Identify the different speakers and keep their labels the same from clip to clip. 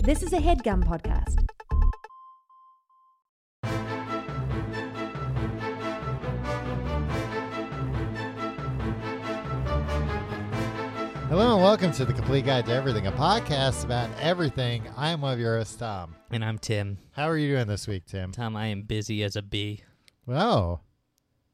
Speaker 1: This is a headgum podcast.
Speaker 2: Hello and welcome to the Complete Guide to Everything, a podcast about everything. I am one of your hosts, Tom.
Speaker 3: And I'm Tim.
Speaker 2: How are you doing this week, Tim?
Speaker 3: Tom, I am busy as a bee.
Speaker 2: Oh,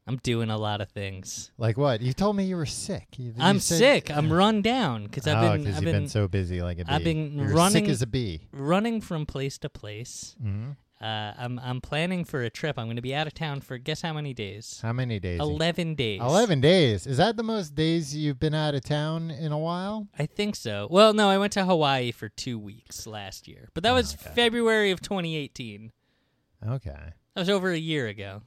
Speaker 3: I'm doing a lot of things.
Speaker 2: like what? You told me you were sick. You, you
Speaker 3: I'm
Speaker 2: said-
Speaker 3: sick. I'm run down because I've
Speaker 2: oh,
Speaker 3: been,
Speaker 2: because
Speaker 3: I've
Speaker 2: you've been, so busy, like a bee.
Speaker 3: I've been
Speaker 2: You're
Speaker 3: running-
Speaker 2: sick as a bee.
Speaker 3: running from place to place.
Speaker 2: hmm
Speaker 3: Uh, I'm I'm planning for a trip. I'm going to be out of town for guess how many days?
Speaker 2: How many days?
Speaker 3: Eleven days.
Speaker 2: Eleven days. Is that the most days you've been out of town in a while?
Speaker 3: I think so. Well, no, I went to Hawaii for two weeks last year, but that
Speaker 2: Ah,
Speaker 3: was February of 2018.
Speaker 2: Okay,
Speaker 3: That was over a year ago.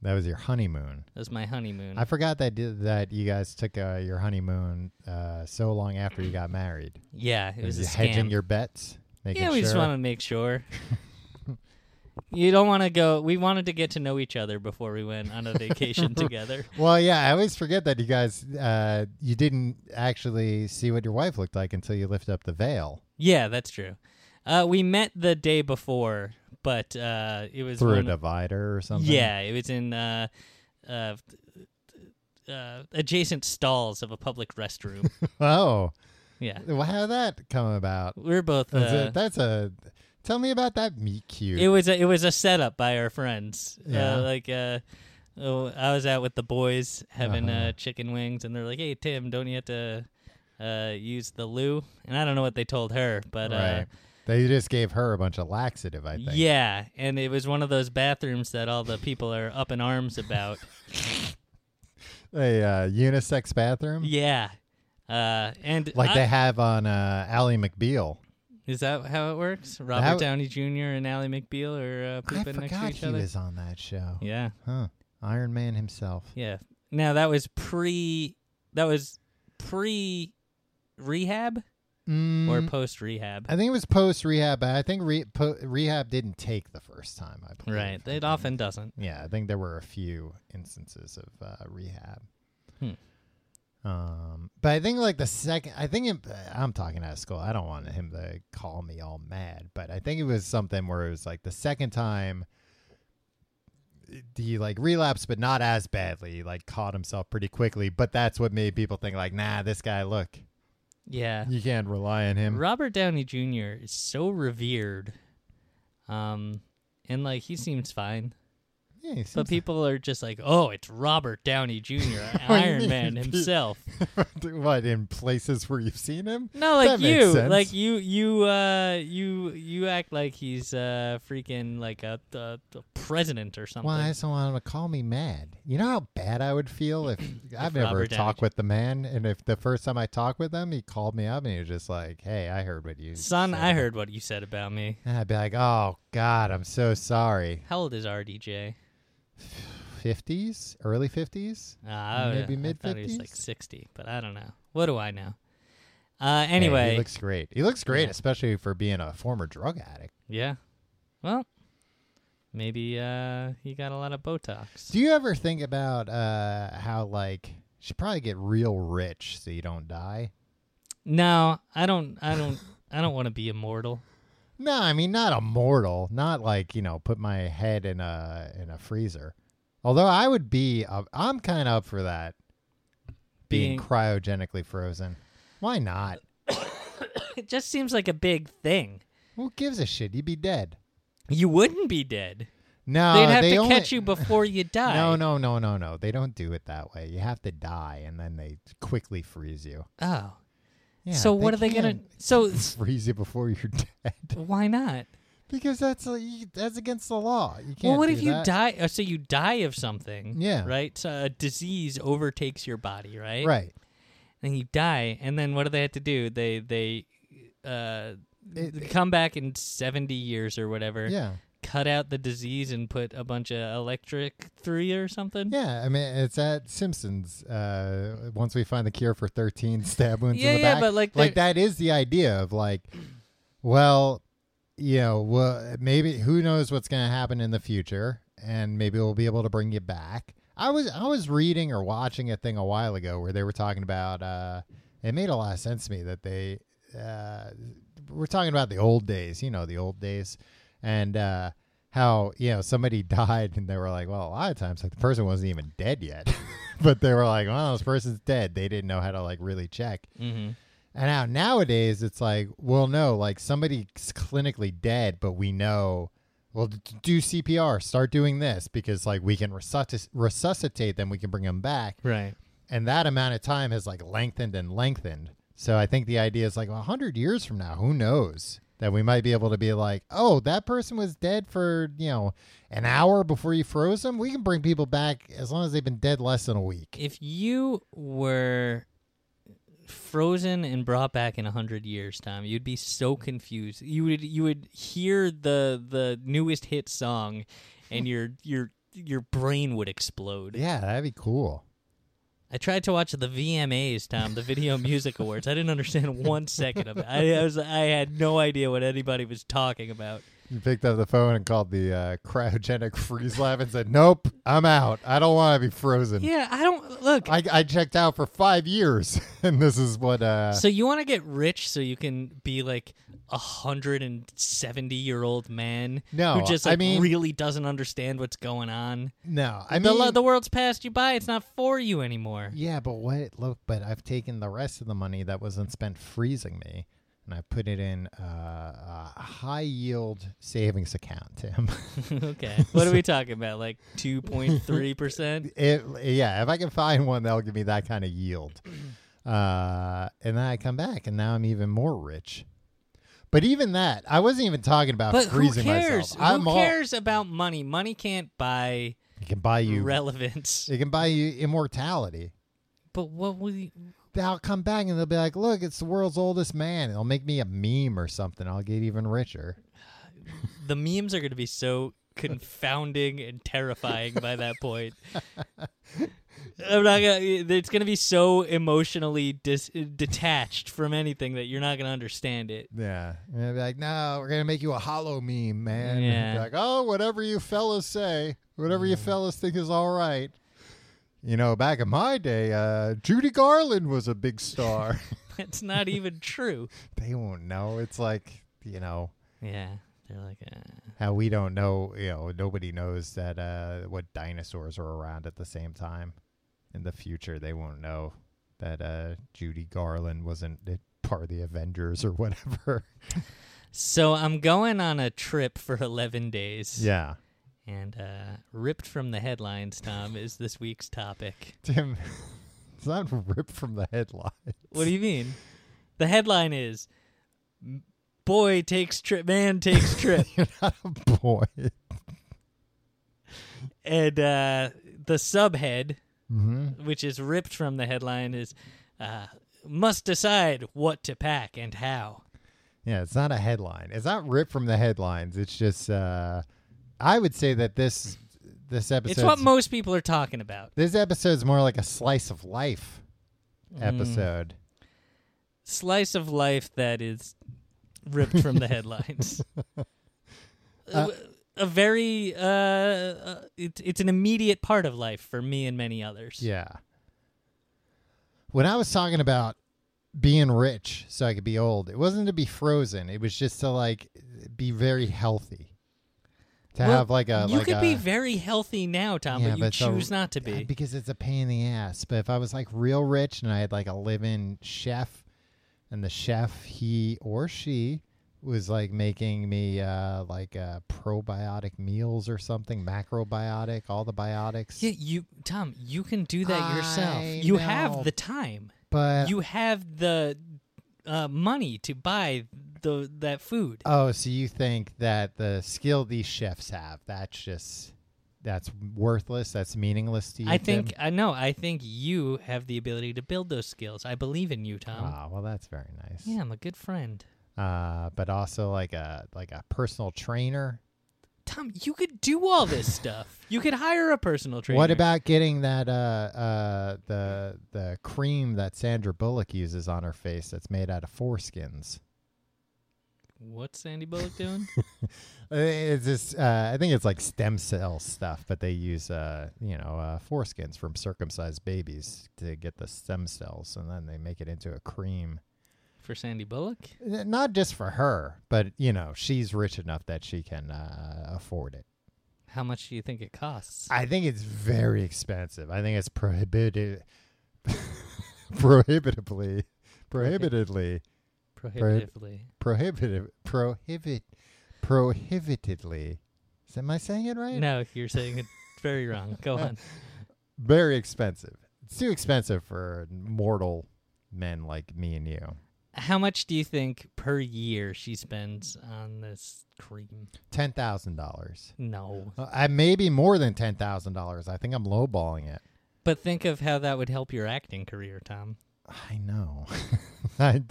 Speaker 2: that was your honeymoon.
Speaker 3: That was my honeymoon.
Speaker 2: I forgot that that you guys took uh, your honeymoon uh, so long after you got married.
Speaker 3: yeah, it was a
Speaker 2: you
Speaker 3: scam.
Speaker 2: hedging your bets. Making
Speaker 3: Yeah, we just
Speaker 2: sure.
Speaker 3: want to make sure. you don't want to go. We wanted to get to know each other before we went on a vacation together.
Speaker 2: Well, yeah, I always forget that you guys, uh, you didn't actually see what your wife looked like until you lift up the veil
Speaker 3: Yeah, that's true. Uh, we met the day before, but uh, it was
Speaker 2: through a
Speaker 3: one-
Speaker 2: divider or something.
Speaker 3: Yeah, it was in uh, uh, uh, adjacent stalls of a public restroom.
Speaker 2: Oh,
Speaker 3: yeah,
Speaker 2: well, how did that come about?
Speaker 3: we were both.
Speaker 2: That's,
Speaker 3: Uh,
Speaker 2: a, that's a. Tell me about that meet cute.
Speaker 3: it was a, it was a setup by our friends.
Speaker 2: Yeah.
Speaker 3: Uh, like uh, oh, I was out with the boys having uh
Speaker 2: Uh-huh.
Speaker 3: chicken wings, and they're like, "Hey Tim, don't you have to uh, use the loo?" And I don't know what they told her, but uh,
Speaker 2: right. They just gave her a bunch of laxative, I think.
Speaker 3: yeah, and it was one of those bathrooms that all the people are up in arms about.
Speaker 2: A uh, unisex bathroom.
Speaker 3: yeah, uh, and
Speaker 2: Like
Speaker 3: I-
Speaker 2: they have on uh, Ally McBeal.
Speaker 3: is that how it works? Robert
Speaker 2: That-
Speaker 3: Downey Jr. and Ally McBeal are uh,
Speaker 2: I
Speaker 3: pooping next to
Speaker 2: forgot
Speaker 3: each
Speaker 2: he
Speaker 3: other.
Speaker 2: was on that show.
Speaker 3: yeah.
Speaker 2: Huh. Iron Man himself.
Speaker 3: Yeah. Now that was pre that was pre rehab
Speaker 2: Mm,
Speaker 3: or post rehab.
Speaker 2: I think it was post rehab, but I think re- po- rehab didn't take the first time. I believe.
Speaker 3: Right. It often doesn't.
Speaker 2: Yeah, I think there were a few instances of uh, rehab.
Speaker 3: Hmm.
Speaker 2: Um, but I think like the second, I think it, I'm talking out of school. I don't want him to call me all mad, but I think it was something where it was like the second time he like relapsed, but not as badly. He, like caught himself pretty quickly, but that's what made people think like, nah, this guy, look,
Speaker 3: Yeah.
Speaker 2: you can't rely on him.
Speaker 3: Robert Downey Jr. is so revered. Um and like he seems fine.
Speaker 2: Yeah, he
Speaker 3: But
Speaker 2: seems-
Speaker 3: people are just like, "Oh, it's Robert Downey Jr.,
Speaker 2: do you
Speaker 3: Iron Man
Speaker 2: mean?
Speaker 3: himself."
Speaker 2: what in places where you've seen him?
Speaker 3: No, like
Speaker 2: That makes
Speaker 3: you,
Speaker 2: sense.
Speaker 3: like you, you, uh, you, you act like he's uh, freaking like a, a, a president or something.
Speaker 2: Well, I just don't want him to call me mad. You know how bad I would feel if I've never
Speaker 3: Robert Downey
Speaker 2: talked
Speaker 3: Jr.
Speaker 2: with the man, and if the first time I talked with him, he called me up and he was just like, "Hey, I heard what you
Speaker 3: Son,
Speaker 2: said."
Speaker 3: I heard what you said about me.
Speaker 2: And I'd be like, "Oh God, I'm so sorry."
Speaker 3: How old is RDJ?
Speaker 2: Fifties, early fifties.
Speaker 3: Uh, I-
Speaker 2: Maybe
Speaker 3: I thought he was like
Speaker 2: 50s?
Speaker 3: 60, but I don't know. What do I know? Uh,
Speaker 2: Hey,
Speaker 3: anyway,
Speaker 2: he looks great. He looks great,
Speaker 3: Yeah.
Speaker 2: especially for being a former drug addict.
Speaker 3: yeah. Well, maybe uh, he got a lot of Botox.
Speaker 2: Do you ever think about uh, how like you should probably get real rich so you don't die?
Speaker 3: no, I don't. I don't. I don't want to be immortal.
Speaker 2: No, I mean not immortal, not like you know put my head in a in a freezer. Although I would be, up, I'm kind of up for that. Being,
Speaker 3: Being-
Speaker 2: cryogenically frozen, why not?
Speaker 3: It just seems like a big thing.
Speaker 2: Who gives a shit? You'd be dead.
Speaker 3: You wouldn't be dead.
Speaker 2: No,
Speaker 3: They'd have
Speaker 2: they
Speaker 3: to
Speaker 2: only-
Speaker 3: catch you before you die.
Speaker 2: No, no, no, no, no. They don't do it that way. You have to die, and then they quickly freeze you.
Speaker 3: Oh,
Speaker 2: Yeah,
Speaker 3: so what are they gonna?
Speaker 2: can't
Speaker 3: So
Speaker 2: freeze you before you're dead?
Speaker 3: why not?
Speaker 2: because that's like, that's against the law. You can't.
Speaker 3: well, what
Speaker 2: do
Speaker 3: if you
Speaker 2: that.
Speaker 3: die? uh, So you die of something.
Speaker 2: Yeah.
Speaker 3: Right. So a disease overtakes your body. Right.
Speaker 2: Right.
Speaker 3: And you die, and then what do they have to do? They they uh,
Speaker 2: It-
Speaker 3: come back in seventy years or whatever.
Speaker 2: Yeah.
Speaker 3: Cut out the disease and put a bunch of electric through you or something.
Speaker 2: Yeah, I mean it's at Simpsons. Uh, once we find the cure for thirteen stab wounds
Speaker 3: Yeah,
Speaker 2: in the
Speaker 3: yeah,
Speaker 2: back,
Speaker 3: but, like,
Speaker 2: like
Speaker 3: they're-
Speaker 2: that is the idea of like, well, you know, well, maybe who knows what's going to happen in the future, and maybe we'll be able to bring you back. I was I was reading or watching a thing a while ago where they were talking about. Uh, it made a lot of sense to me that they uh, we're talking about the old days, you know, the old days, and uh, how you know somebody died, and they were like, well, a lot of times like the person wasn't even dead yet, but they were like, well, this person's dead. They didn't know how to like really check.
Speaker 3: Mm-hmm.
Speaker 2: And now nowadays it's like, well, no, like somebody's clinically dead, but we know, well, d- do CPR, start doing this because like we can resusc- resuscitate them, we can bring them back,
Speaker 3: Right.
Speaker 2: and that amount of time has like lengthened and lengthened. So I think the idea is like a hundred years from now, who knows that we might be able to be like, oh, that person was dead for you know an hour before you froze them. We can bring people back as long as they've been dead less than a week.
Speaker 3: If you were frozen and brought back in a hundred years' time, you'd be so confused. You would you would hear the the newest hit song, and your your your brain would explode.
Speaker 2: Yeah, that'd be cool.
Speaker 3: I tried to watch the VMAs, Tom, the Video Music Awards. I didn't understand one second of it. I, I was I had no idea what anybody was talking about.
Speaker 2: You picked up the phone and called the uh, cryogenic freeze lab and said, "Nope, I'm out. I don't want to be frozen.
Speaker 3: Yeah, I don't look.
Speaker 2: I, I checked out for five years, and this is what." Uh,
Speaker 3: So you want to get rich so you can be like a hundred and seventy year old man
Speaker 2: No,
Speaker 3: who just
Speaker 2: I
Speaker 3: like
Speaker 2: mean-
Speaker 3: really doesn't understand what's going on.
Speaker 2: no, I
Speaker 3: the,
Speaker 2: mean
Speaker 3: lo- the world's passed you by. It's not for you anymore.
Speaker 2: Yeah, but what? Look, but I've taken the rest of the money that wasn't spent freezing me, and I put it in uh, a high yield savings account, Tim.
Speaker 3: okay, what are we talking about? Like two point three percent.
Speaker 2: it, yeah, if I can find one that'll give me that kind of yield, uh, and then I come back, and now I'm even more rich. But even that, I wasn't even talking about
Speaker 3: But who
Speaker 2: freezing
Speaker 3: cares?
Speaker 2: myself. I'm
Speaker 3: who
Speaker 2: all-
Speaker 3: cares about money? Money can't buy
Speaker 2: It can buy you.
Speaker 3: relevance.
Speaker 2: it can buy you immortality.
Speaker 3: But what will you?
Speaker 2: They'll come back and they'll be like, "Look, it's the world's oldest man." It'll make me a meme or something. I'll get even richer.
Speaker 3: The memes are going to be so confounding and terrifying by that point. I'm not gonna. It's gonna be so emotionally dis- detached from anything that you're not gonna understand it.
Speaker 2: Yeah. And they'd be like, no, we're going to make you a hollow meme, man. And
Speaker 3: Yeah.
Speaker 2: be like, oh, whatever you fellas say, whatever you fellas think is all right. You know, back in my day, uh, Judy Garland was a big star.
Speaker 3: It's not even true.
Speaker 2: they won't know. It's like, you know,
Speaker 3: Yeah, they're like, uh,
Speaker 2: how we don't know, you know, nobody knows that uh, what dinosaurs are around at the same time. In the future, they won't know that uh, Judy Garland wasn't uh, part of the Avengers or whatever.
Speaker 3: so I'm going on a trip for 11 days.
Speaker 2: yeah.
Speaker 3: And uh, ripped from the headlines, Tom, is this week's topic.
Speaker 2: Tim, it's not ripped from the headline.
Speaker 3: What do you mean? The headline is "M- "Boy takes trip, man takes trip,"
Speaker 2: You're not a boy.
Speaker 3: and uh, the subhead,
Speaker 2: Mm-hmm.
Speaker 3: which is ripped from the headline, is uh, "Must decide what to pack and how."
Speaker 2: Yeah, it's not a headline. It's not ripped from the headlines. It's just, uh, I would say that this this episode
Speaker 3: it's what most people are talking about.
Speaker 2: this episode's more like a slice of life episode.
Speaker 3: Slice of life that is ripped from the headlines.
Speaker 2: Uh,
Speaker 3: a very uh, uh, it, it's an immediate part of life for me and many others.
Speaker 2: Yeah. When I was talking about being rich so I could be old, it wasn't to be frozen. It was just to like be very healthy. To
Speaker 3: Well,
Speaker 2: have like a
Speaker 3: you
Speaker 2: like
Speaker 3: could
Speaker 2: a,
Speaker 3: be very healthy now, Tom,
Speaker 2: Yeah,
Speaker 3: but you
Speaker 2: but so-
Speaker 3: choose not to
Speaker 2: Yeah,
Speaker 3: be.
Speaker 2: because it's a pain in the ass. But if I was like real rich and I had like a live-in chef, and the chef he or she was like making me uh like uh probiotic meals or something, macrobiotic, all the biotics.
Speaker 3: Yeah, you, Tom, you can do that yourself.
Speaker 2: I
Speaker 3: You
Speaker 2: know.
Speaker 3: have the time.
Speaker 2: but
Speaker 3: you have the uh, money to buy the that food.
Speaker 2: oh, so you think that the skill these chefs have that's just that's worthless, that's meaningless to you?
Speaker 3: I
Speaker 2: Tim?
Speaker 3: think I know. I think you have the ability to build those skills. I believe in you, Tom.
Speaker 2: Ah, well, that's very nice.
Speaker 3: um, Yeah, I'm a good friend.
Speaker 2: Uh, but also like a like a personal trainer.
Speaker 3: Tom, you could do all this stuff. You could hire a personal trainer.
Speaker 2: What about getting that uh, uh, the the cream that Sandra Bullock uses on her face that's made out of foreskins?
Speaker 3: what's Sandy Bullock doing?
Speaker 2: Uh, It's this, uh, I think it's like stem cell stuff, but they use uh, you know uh, foreskins from circumcised babies to get the stem cells, and then they make it into a cream.
Speaker 3: for Sandy Bullock?
Speaker 2: Not just for her, but you know, she's rich enough that she can uh, afford it.
Speaker 3: How much do you think it costs?
Speaker 2: I think it's very expensive. I think it's prohibited, prohibitively, prohibitively,
Speaker 3: Prohibitively.
Speaker 2: prohibitive, prohibit, prohibitedly. Is- Am I saying it right?
Speaker 3: No, you're saying it very wrong. Go on.
Speaker 2: Very expensive. It's too expensive for mortal men like me and you.
Speaker 3: How much do you think per year she spends on this cream?
Speaker 2: Ten thousand dollars. Uh,
Speaker 3: No.
Speaker 2: I maybe more than ten thousand dollars. I think I'm lowballing it.
Speaker 3: But think of how that would help your acting career, Tom.
Speaker 2: I know. I,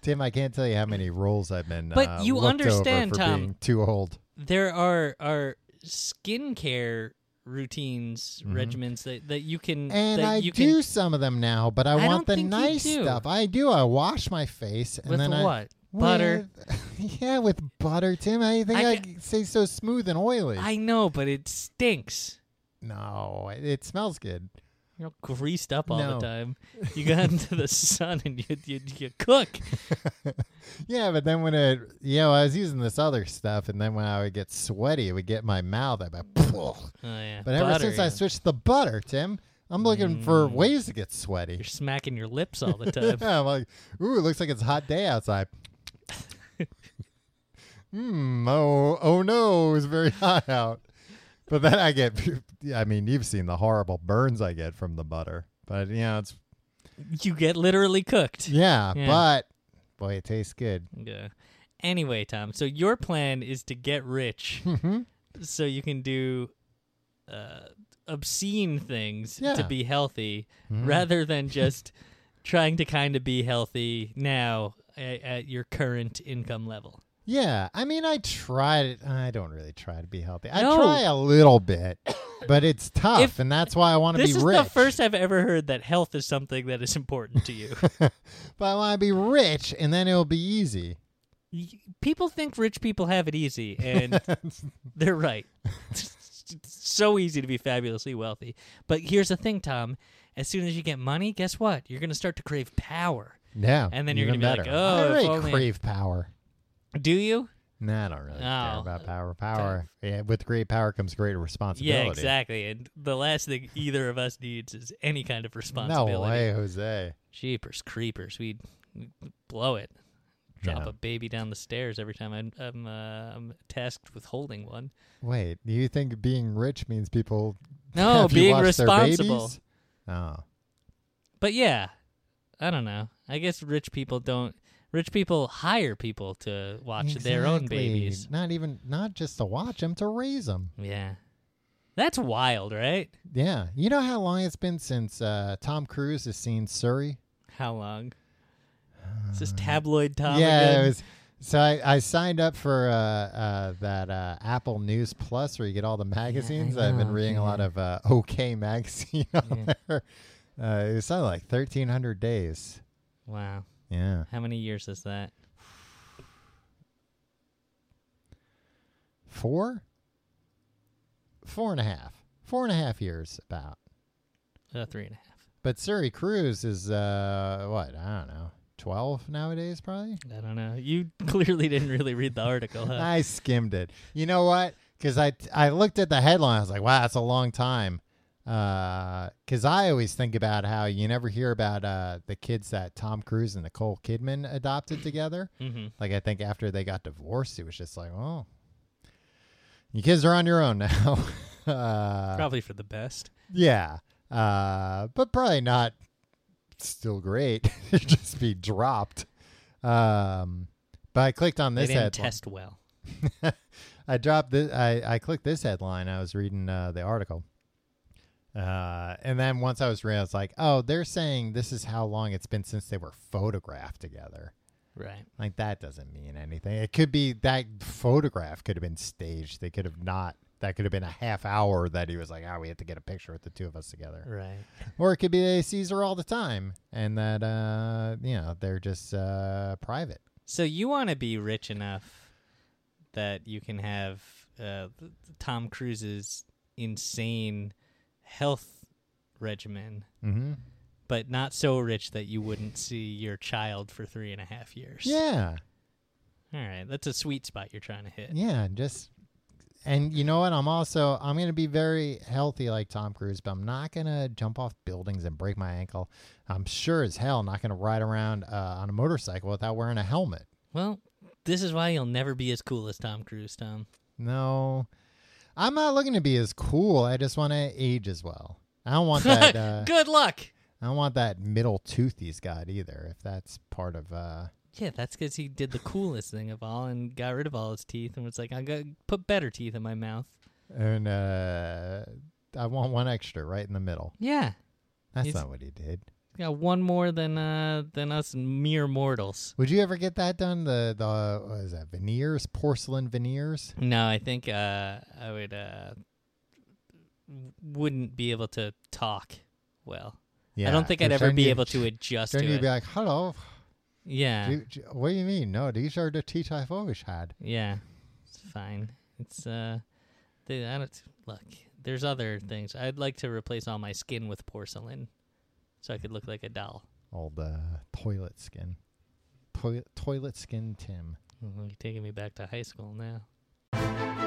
Speaker 2: Tim, I can't tell you how many roles I've been.
Speaker 3: But
Speaker 2: uh,
Speaker 3: you
Speaker 2: looked
Speaker 3: understand,
Speaker 2: over for
Speaker 3: Tom.
Speaker 2: being too old.
Speaker 3: There are are skincare routines, regimens that, that you can
Speaker 2: Mm-hmm. And
Speaker 3: that
Speaker 2: I
Speaker 3: you
Speaker 2: do
Speaker 3: can
Speaker 2: some of them now, but I,
Speaker 3: I
Speaker 2: want
Speaker 3: don't
Speaker 2: the
Speaker 3: think you
Speaker 2: nice
Speaker 3: do.
Speaker 2: stuff. I do. I wash my face and
Speaker 3: with
Speaker 2: then I
Speaker 3: what? Butter.
Speaker 2: With- yeah, with butter, Tim. I think
Speaker 3: I
Speaker 2: I,
Speaker 3: ca-
Speaker 2: say so smooth and oily.
Speaker 3: I know, but it stinks.
Speaker 2: no, it, it smells good.
Speaker 3: You're all greased up all
Speaker 2: No.
Speaker 3: the time. You got into the sun and you you, you cook.
Speaker 2: Yeah, but then when it, you know, I was using this other stuff, and then when I would get sweaty, it would get in my mouth. I'd be, "Pfft."
Speaker 3: Oh yeah.
Speaker 2: but ever
Speaker 3: Butter,
Speaker 2: since
Speaker 3: yeah.
Speaker 2: I switched to the butter, Tim, I'm looking
Speaker 3: Mm.
Speaker 2: for ways to get sweaty.
Speaker 3: you're smacking your lips all the time.
Speaker 2: Yeah, I'm like, ooh, it looks like it's a hot day outside. Hmm. Oh, oh no, it's very hot out. But then I get, I mean, you've seen the horrible burns I get from the butter. But you know, it's
Speaker 3: you get literally cooked.
Speaker 2: yeah.
Speaker 3: Yeah.
Speaker 2: But boy, it tastes good.
Speaker 3: Yeah. Anyway, Tom, so your plan is to get rich
Speaker 2: Mm-hmm.
Speaker 3: so you can do uh, obscene things to
Speaker 2: Yeah. Mm-hmm.
Speaker 3: be healthy rather than just trying to kind of be healthy now at, at your current income level.
Speaker 2: Yeah, I mean, I tried it. I don't really try to be healthy. I
Speaker 3: No.
Speaker 2: try a little bit, but it's tough,
Speaker 3: If-
Speaker 2: and that's why I want to be
Speaker 3: This is
Speaker 2: rich.
Speaker 3: the first I've ever heard that health is something that is important to you.
Speaker 2: But I want to be rich, and then it'll be easy.
Speaker 3: Y- people think rich people have it easy, and they're right. It's so easy to be fabulously wealthy. But here's the thing, Tom. As soon as you get money, guess what? You're going to start to crave power.
Speaker 2: Yeah,
Speaker 3: And then you're
Speaker 2: even
Speaker 3: gonna be like,
Speaker 2: better.
Speaker 3: "Oh,
Speaker 2: I
Speaker 3: if
Speaker 2: really
Speaker 3: only-
Speaker 2: crave power."
Speaker 3: Do you?
Speaker 2: Nah, I don't really care
Speaker 3: Oh.
Speaker 2: about power. Power. Yeah, with great power comes great responsibility.
Speaker 3: Yeah, exactly. And the last thing either of us needs is any kind of responsibility.
Speaker 2: No way, Jose.
Speaker 3: Jeepers, creepers. We'd we'd blow it. Drop
Speaker 2: Yeah.
Speaker 3: a baby down the stairs every time I'm I'm, uh, I'm tasked with holding one.
Speaker 2: Wait, do you think being rich means people?
Speaker 3: No,
Speaker 2: have you
Speaker 3: being
Speaker 2: watched their
Speaker 3: responsible.
Speaker 2: babies? Oh,
Speaker 3: But yeah, I don't know. I guess rich people don't. Rich people hire people to watch their own
Speaker 2: Exactly.
Speaker 3: babies.
Speaker 2: Not even, not just to watch them, to raise them.
Speaker 3: Yeah, that's wild, right?
Speaker 2: Yeah, you know how long it's been since uh, Tom Cruise has seen Surrey?
Speaker 3: How long? Is this tabloid Tom?
Speaker 2: Uh, yeah,
Speaker 3: again?
Speaker 2: it was. So I, I signed up for uh, uh, that uh, Apple News Plus where you get all the magazines. I've been
Speaker 3: know,
Speaker 2: reading a lot of uh, OK magazine on there. Uh, it was something like thirteen hundred days.
Speaker 3: Wow,
Speaker 2: Yeah,
Speaker 3: how many years is that?
Speaker 2: four, four and a half, four and a half years about.
Speaker 3: Uh, three and a half.
Speaker 2: But Surrey Cruise is uh, what I don't know, twelve nowadays probably.
Speaker 3: I don't know. You clearly didn't really read the article. Huh?
Speaker 2: I skimmed it. You know what? Because I I looked at the headline. I was like, wow, that's a long time. Because I always think about how you never hear about uh, the kids that Tom Cruise and Nicole Kidman adopted together.
Speaker 3: Mhm.
Speaker 2: Like I think after they got divorced, it was just like, oh, you kids are on your own now. uh,
Speaker 3: Probably for the best.
Speaker 2: yeah, uh, but probably not. Still great. It'd just be dropped. Um, but I clicked on
Speaker 3: They
Speaker 2: this
Speaker 3: didn't
Speaker 2: headline.
Speaker 3: test well.
Speaker 2: I dropped this. I, I clicked this headline. I was reading uh, the article. Uh, and then once I was reading, I was like, oh, they're saying this is how long it's been since they were photographed together.
Speaker 3: Right.
Speaker 2: Like, that doesn't mean anything. It could be that photograph could have been staged. They could have not. That could have been a half hour that he was like, oh, we have to get a picture with the two of us together.
Speaker 3: Right.
Speaker 2: Or it could be they sees her all the time and that, uh, you know, they're just uh, private.
Speaker 3: So you want to be rich enough that you can have uh, th- Tom Cruise's insane health regimen,
Speaker 2: Mm hmm.
Speaker 3: but not so rich that you wouldn't see your child for three and a half years.
Speaker 2: Yeah.
Speaker 3: All right. That's a sweet spot you're trying to hit.
Speaker 2: Yeah. Just and you know what? I'm also I'm gonna be very healthy like Tom Cruise, but I'm not gonna jump off buildings and break my ankle. I'm sure as hell not gonna ride around uh, on a motorcycle without wearing a helmet.
Speaker 3: Well, this is why you'll never be as cool as Tom Cruise, Tom.
Speaker 2: No, I'm not looking to be as cool. I just want to age as well. I don't want that. Uh,
Speaker 3: Good luck.
Speaker 2: I don't want that middle tooth he's got either. If that's part of. uh
Speaker 3: Yeah, that's because he did the coolest thing of all and got rid of all his teeth and was like, I'm going to put better teeth in my mouth.
Speaker 2: And uh I want one extra right in the middle.
Speaker 3: Yeah.
Speaker 2: That's
Speaker 3: He's-
Speaker 2: not what he did.
Speaker 3: Got one more than uh than us mere mortals.
Speaker 2: Would you ever get that done? The the what is that veneers, porcelain veneers?
Speaker 3: No, I think uh, I would uh, wouldn't be able to talk well. I don't think I'd
Speaker 2: Just
Speaker 3: ever
Speaker 2: trying
Speaker 3: be
Speaker 2: to-
Speaker 3: able to adjust to
Speaker 2: Trying to
Speaker 3: it.
Speaker 2: be like, hello,
Speaker 3: yeah,
Speaker 2: do- do- what do you mean? No, these are the teeth I've always had.
Speaker 3: yeah, it's fine. It's uh, they, I don't look. There's other things. I'd like to replace all my skin with porcelain, so I could look like a doll.
Speaker 2: Old uh, toilet skin, toilet toilet skin Tim.
Speaker 3: Mm-hmm. You're taking me back to high school now.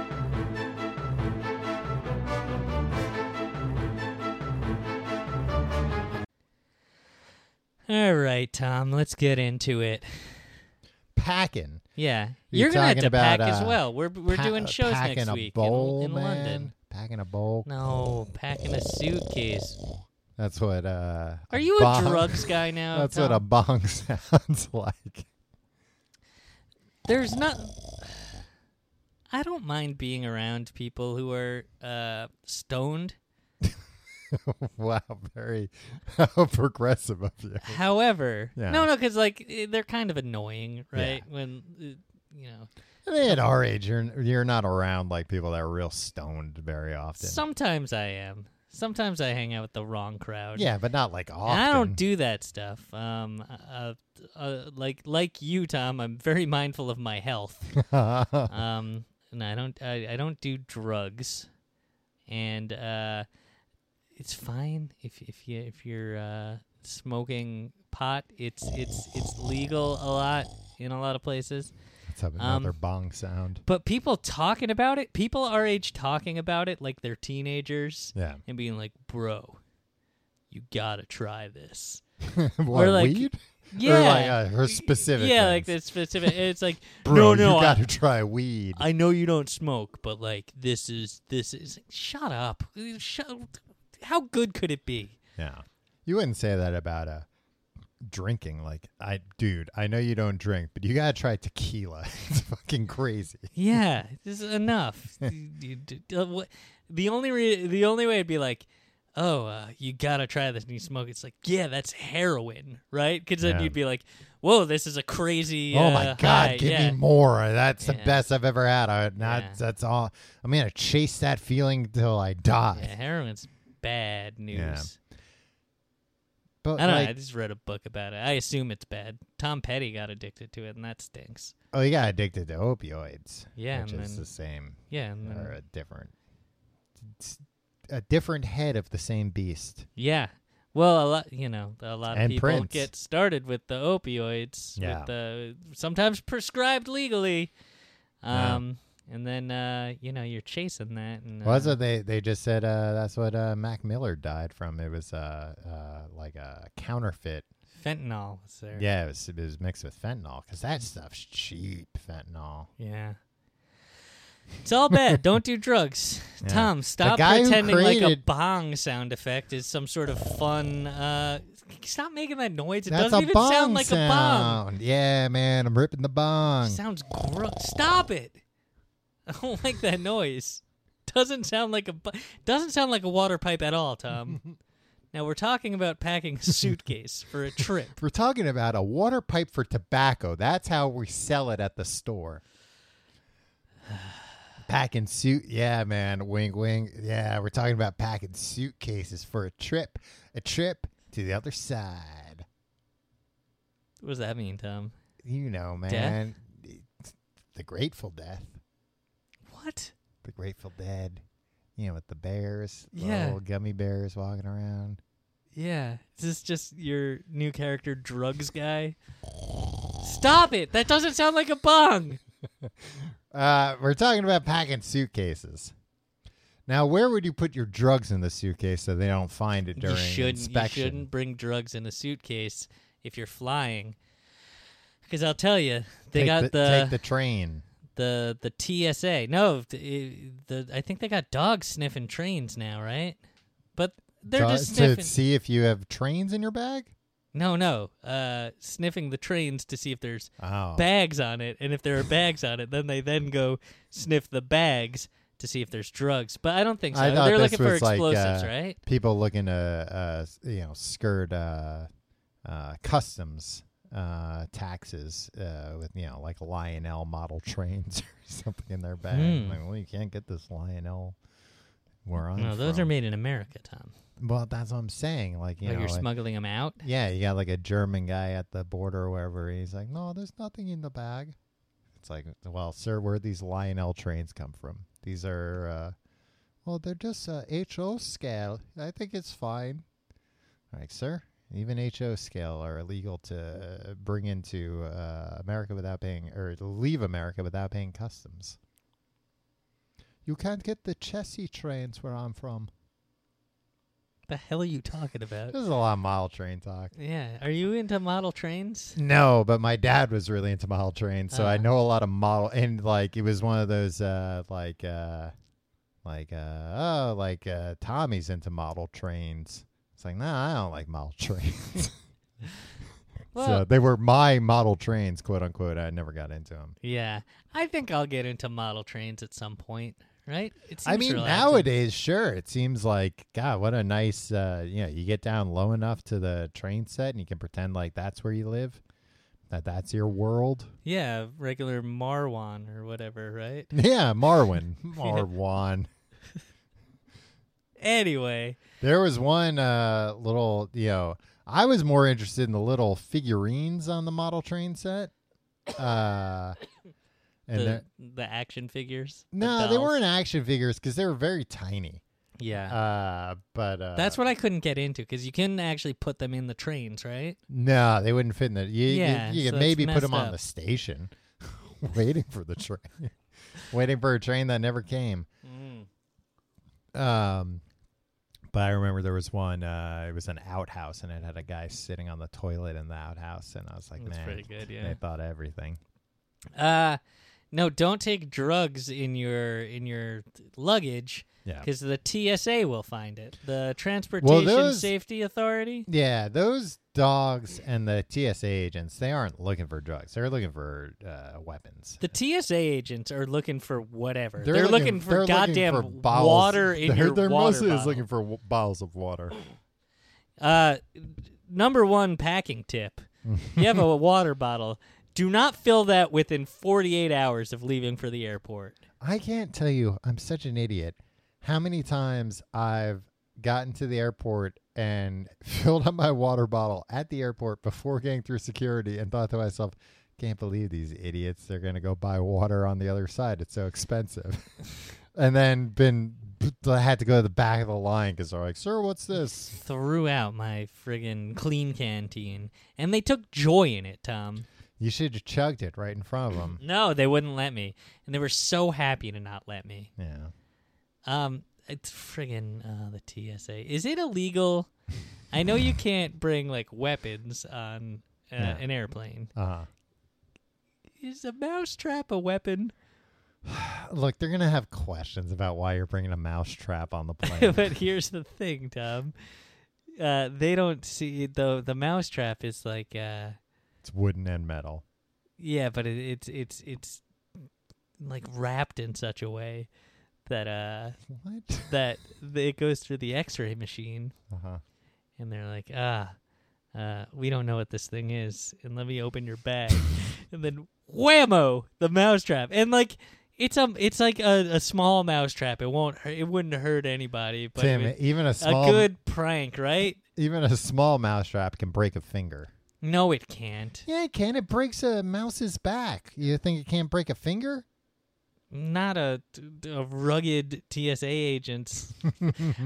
Speaker 3: All right, Tom, let's get into it.
Speaker 2: Packing.
Speaker 3: Yeah,
Speaker 2: You're
Speaker 3: you're, gonna have
Speaker 2: talking
Speaker 3: to
Speaker 2: about,
Speaker 3: pack as
Speaker 2: uh,
Speaker 3: well. We're we're
Speaker 2: Pa-
Speaker 3: doing shows
Speaker 2: packing
Speaker 3: next
Speaker 2: a
Speaker 3: week in-
Speaker 2: bowl,
Speaker 3: in,
Speaker 2: man.
Speaker 3: London.
Speaker 2: Packing a bowl.
Speaker 3: No, packing a suitcase.
Speaker 2: That's what. uh
Speaker 3: Are you
Speaker 2: bong,
Speaker 3: a drugs guy now?
Speaker 2: That's
Speaker 3: Tom?
Speaker 2: what a bong sounds like.
Speaker 3: there's not I don't mind being around people who are uh, stoned.
Speaker 2: wow, very how progressive of you.
Speaker 3: However,
Speaker 2: Yeah.
Speaker 3: no, no, because like eh, they're kind of annoying, right? When eh, you know,
Speaker 2: I mean, at our age, you're you're not around like people that are real stoned very often.
Speaker 3: sometimes I am. Sometimes I hang out with the wrong crowd.
Speaker 2: yeah, but not like often.
Speaker 3: And I don't do that stuff. Um, uh, uh, like like you, Tom, I'm very mindful of my health. um, and I don't I, I don't do drugs, and uh, it's fine if if you if you're uh, smoking pot, it's it's it's legal a lot in a lot of places.
Speaker 2: Let's have
Speaker 3: um,
Speaker 2: another bong sound.
Speaker 3: But people talking about it, people our age talking about it like they're teenagers
Speaker 2: Yeah,
Speaker 3: and being like, "Bro, you gotta try this."
Speaker 2: what,
Speaker 3: like-
Speaker 2: weed?
Speaker 3: Yeah,
Speaker 2: or like uh, her specific.
Speaker 3: yeah, like
Speaker 2: things.
Speaker 3: this specific. It's like,
Speaker 2: Bro,
Speaker 3: no, no,
Speaker 2: you
Speaker 3: I-
Speaker 2: got to try weed.
Speaker 3: I know you don't smoke, but like this is this is shut up. Shut, how good could it be?
Speaker 2: yeah, you wouldn't say that about uh drinking. Like, I, dude, I know you don't drink, but you gotta try tequila. it's fucking crazy.
Speaker 3: Yeah, this is enough. You- you d- uh, what- the only re- the only way it'd be like, oh, uh, you gotta try this and you smoke. It's like, yeah, that's heroin, right? Because then
Speaker 2: Yeah.
Speaker 3: you'd be like, whoa, this is a crazy.
Speaker 2: oh
Speaker 3: uh,
Speaker 2: my god,
Speaker 3: high.
Speaker 2: give
Speaker 3: yeah.
Speaker 2: me more. That's the
Speaker 3: Yeah.
Speaker 2: best I've ever had. I not
Speaker 3: Yeah.
Speaker 2: that's all. I'm gonna chase that feeling till I die.
Speaker 3: Yeah, heroin's bad news.
Speaker 2: But
Speaker 3: I don't know. I
Speaker 2: like,
Speaker 3: just read a book about it. I assume it's bad. Tom Petty got addicted to it, and that stinks.
Speaker 2: oh, you got addicted to opioids.
Speaker 3: Yeah,
Speaker 2: which
Speaker 3: and
Speaker 2: is
Speaker 3: then-
Speaker 2: the same
Speaker 3: Yeah, and then,
Speaker 2: or a different, it's a different head of the same beast.
Speaker 3: Yeah. Well, a lot, you know, a lot of
Speaker 2: And
Speaker 3: people
Speaker 2: Prince.
Speaker 3: get started with the opioids,
Speaker 2: Yeah.
Speaker 3: with the sometimes prescribed legally,
Speaker 2: Yeah.
Speaker 3: um, and then uh, you know you're chasing that. And,
Speaker 2: Well,
Speaker 3: uh,
Speaker 2: that's what they they just said. Uh, that's what uh, Mac Miller died from. It was uh, uh like a counterfeit.
Speaker 3: fentanyl was there.
Speaker 2: Yeah, it was, it was mixed with fentanyl because that stuff's cheap. Fentanyl.
Speaker 3: Yeah. It's all bad. Don't do drugs.
Speaker 2: Yeah.
Speaker 3: Tom, stop
Speaker 2: guy who
Speaker 3: pretending like a
Speaker 2: created-
Speaker 3: bong sound effect is some sort of fun. Uh, stop making that noise. It
Speaker 2: That's
Speaker 3: doesn't
Speaker 2: a
Speaker 3: even
Speaker 2: bong
Speaker 3: sound like a bong.
Speaker 2: sound. Yeah, man, I'm ripping the bong.
Speaker 3: Sounds gross. Stop it. I don't like that noise. Doesn't sound like a bu- doesn't sound like a water pipe at all, Tom. now we're talking about packing a suitcase for a trip.
Speaker 2: We're talking about a water pipe for tobacco. That's how we sell it at the store. Packing suit, yeah, man. Wink, wink. Yeah, we're talking about packing suitcases for a trip, a trip to the other side.
Speaker 3: What does that mean, Tom?
Speaker 2: You know, man. It's The Grateful Death,
Speaker 3: What?
Speaker 2: the Grateful Dead. You know, with the bears, the
Speaker 3: Yeah.
Speaker 2: little gummy bears walking around.
Speaker 3: Yeah. Is this just your new character, drugs guy? Stop it! That doesn't sound like a bong.
Speaker 2: Uh, we're talking about packing suitcases. Now, where would you put your drugs in the suitcase so they don't find it during
Speaker 3: you shouldn't.
Speaker 2: inspection?
Speaker 3: You shouldn't bring drugs in a suitcase if you're flying. Because I'll tell you, they
Speaker 2: Take
Speaker 3: got
Speaker 2: the,
Speaker 3: the
Speaker 2: take the train.
Speaker 3: the the TSA. No, the, the I think they got dogs sniffing trains now, right? But they're
Speaker 2: to,
Speaker 3: just
Speaker 2: to
Speaker 3: sniffing.
Speaker 2: see if you have trains in your bag.
Speaker 3: no, no, uh, sniffing the trains to see if there's
Speaker 2: Oh,
Speaker 3: bags on it, and if there are bags on it, then they then go sniff the bags to see if there's drugs. But I don't think so.
Speaker 2: I thought
Speaker 3: They're
Speaker 2: this
Speaker 3: looking for
Speaker 2: was like,
Speaker 3: explosives,
Speaker 2: uh,
Speaker 3: right?
Speaker 2: people looking to uh, s- you know skirt uh, uh, customs uh, taxes uh, with you know like Lionel model trains or something in their bag.
Speaker 3: Hmm.
Speaker 2: Like, well, you can't get this Lionel where I'm
Speaker 3: No, those
Speaker 2: from.
Speaker 3: are made in America, Tom.
Speaker 2: Well, that's what I'm saying. Like you
Speaker 3: like
Speaker 2: know,
Speaker 3: you're
Speaker 2: like-
Speaker 3: smuggling them out.
Speaker 2: yeah, you got like a German guy at the border or wherever. He's like, no, there's nothing in the bag. It's like, well, sir, where these Lionel trains come from? These are, uh, well, they're just uh, HO scale. I think it's fine. Like, sir, even HO scale are illegal to uh, bring into uh, America without paying, or to leave America without paying customs. You can't get the Chessie trains where I'm from.
Speaker 3: The hell are you talking about?
Speaker 2: This is a lot of mile train talk.
Speaker 3: yeah, are you into model trains?
Speaker 2: No, but my dad was really into model trains, so I
Speaker 3: Ah.
Speaker 2: know a lot of model and like it was one of those uh like uh like uh oh like uh Tommy's into model trains. It's like, nah, I don't like model trains.
Speaker 3: Well,
Speaker 2: so they were my model trains, quote unquote. I never got into them.
Speaker 3: yeah, I think I'll get into model trains at some point, right? It
Speaker 2: I
Speaker 3: seems
Speaker 2: mean,
Speaker 3: relaxing.
Speaker 2: nowadays, sure, it seems like God, what a nice uh you know, you get down low enough to the train set and you can pretend like that's where you live. That that's your world.
Speaker 3: Yeah, regular Marwan or whatever, right?
Speaker 2: Yeah, Marwin. Marwan.
Speaker 3: Anyway,
Speaker 2: There was one uh, little, you know, I was more interested in the little figurines on the model train set. Uh, and
Speaker 3: the
Speaker 2: there-
Speaker 3: the action figures. the
Speaker 2: no, they
Speaker 3: dolls.
Speaker 2: weren't action figures because they were very tiny.
Speaker 3: Yeah.
Speaker 2: Uh, but uh,
Speaker 3: That's what I couldn't get into because you couldn't actually put them in the trains, right?
Speaker 2: no, they wouldn't fit in the. You, you-
Speaker 3: Yeah,
Speaker 2: you,
Speaker 3: so
Speaker 2: could
Speaker 3: it's
Speaker 2: maybe put
Speaker 3: messed
Speaker 2: them on
Speaker 3: up.
Speaker 2: the station, waiting for the train, waiting for a train that never came.
Speaker 3: Mm,
Speaker 2: Um, but I remember there was one. Uh, it was an outhouse, and it had a guy sitting on the toilet in the outhouse, and I was like,
Speaker 3: That's
Speaker 2: man,
Speaker 3: pretty good,
Speaker 2: they
Speaker 3: yeah.
Speaker 2: thought of everything.
Speaker 3: Uh, no, don't take drugs in your in your luggage
Speaker 2: Yeah,
Speaker 3: because the TSA will find it. The Transportation
Speaker 2: those-
Speaker 3: Safety Authority.
Speaker 2: yeah. Those dogs and the TSA agents, they aren't looking for drugs. They're looking for uh, weapons.
Speaker 3: The TSA agents are looking for whatever.
Speaker 2: They're
Speaker 3: They're,
Speaker 2: looking-
Speaker 3: looking, for
Speaker 2: they're looking
Speaker 3: goddamn
Speaker 2: for bottles.
Speaker 3: water in
Speaker 2: their
Speaker 3: your
Speaker 2: their
Speaker 3: water
Speaker 2: mostly is
Speaker 3: bottle.
Speaker 2: looking for w- bottles of water.
Speaker 3: Uh, number one packing tip: you have a water bottle. Do not fill that within 48 hours of leaving for the airport.
Speaker 2: I can't tell you. I'm such an idiot. How many times I've gotten to the airport and filled up my water bottle at the airport before getting through security and thought to myself, can't believe these idiots. They're going to go buy water on the other side. It's so expensive. and then been had to go to the back of the line because they're like, sir, what's this?
Speaker 3: Threw out my friggin' clean canteen, and they took joy in it, Tom.
Speaker 2: You should have chugged it right in front of them.
Speaker 3: No, they wouldn't let me, and they were so happy to not let me.
Speaker 2: Yeah.
Speaker 3: Um, it's friggin' uh, the TSA. Is it illegal? I know you can't bring like weapons on uh,
Speaker 2: Yeah.
Speaker 3: an airplane.
Speaker 2: Uh-huh.
Speaker 3: Is a mousetrap a weapon?
Speaker 2: Look, they're going to have questions about why you're bringing a mousetrap on the plane.
Speaker 3: but here's the thing, Tom. Uh, they don't see the the mousetrap is like uh,
Speaker 2: it's wooden and metal.
Speaker 3: yeah, but it, it's it's it's like wrapped in such a way that uh
Speaker 2: What?
Speaker 3: that it goes through the X-ray machine
Speaker 2: Uh-huh.
Speaker 3: and they're like, ah, uh, we don't know what this thing is, and let me open your bag, and then whammo, the mousetrap, and like it's um, it's like a, a small mousetrap. It won't, hurt, it wouldn't hurt anybody, but
Speaker 2: Tim,
Speaker 3: it-
Speaker 2: even a
Speaker 3: a
Speaker 2: small
Speaker 3: good prank, right?
Speaker 2: even a small mousetrap can break a finger.
Speaker 3: No, it can't.
Speaker 2: Yeah, it can. It breaks a mouse's back. You think it can't break a finger?
Speaker 3: not a, a rugged TSA agent.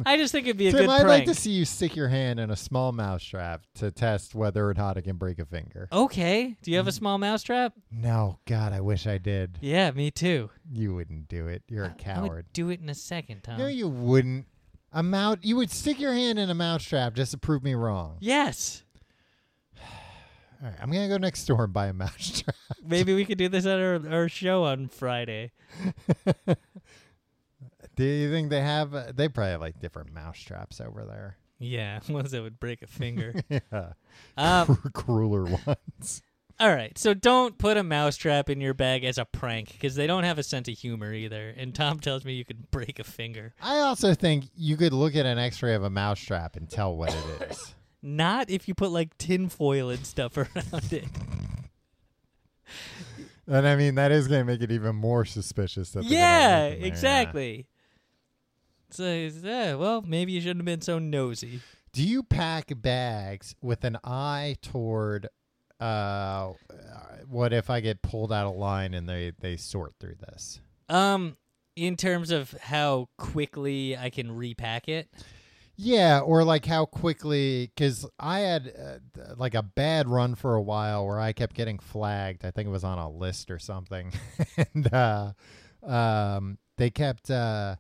Speaker 3: I just think it'd be a
Speaker 2: Tim,
Speaker 3: good
Speaker 2: I'd like
Speaker 3: prank.
Speaker 2: to see you stick your hand in a small mousetrap to test whether or not it can break a finger.
Speaker 3: okay, do you
Speaker 2: Mm.
Speaker 3: have a small mousetrap?
Speaker 2: No, God, I wish I did.
Speaker 3: Yeah, me too.
Speaker 2: You wouldn't do it. You're a
Speaker 3: I
Speaker 2: coward.
Speaker 3: would do it in a second, Tom.
Speaker 2: No, you wouldn't. A mouse. You would stick your hand in a mousetrap just to prove me wrong.
Speaker 3: yes.
Speaker 2: All right, I'm gonna go next door and buy a mousetrap.
Speaker 3: Maybe we could do this at our, our show on Friday.
Speaker 2: Do you think they have? Uh, they probably have like different mousetraps over there.
Speaker 3: Yeah, ones that would break a finger.
Speaker 2: Yeah,
Speaker 3: um,
Speaker 2: crueler ones.
Speaker 3: all right, so don't put a mousetrap in your bag as a prank because they don't have a sense of humor either. And Tom tells me you could break a finger.
Speaker 2: I also think you could look at an X-ray of a mousetrap and tell what it is.
Speaker 3: Not if you put like tinfoil and stuff around it.
Speaker 2: and I mean, that is gonna make it even more suspicious. That they're gonna
Speaker 3: yeah,
Speaker 2: look in there.
Speaker 3: exactly. So yeah, well, maybe you shouldn't have been so nosy.
Speaker 2: Do you pack bags with an eye toward uh what if I get pulled out of line and they they sort through this?
Speaker 3: Um, in terms of how quickly I can repack it,
Speaker 2: Yeah, or like how quickly cuz I had uh, th- like a bad run for a while where I kept getting flagged. I think it was on a list or something. and uh um they kept uh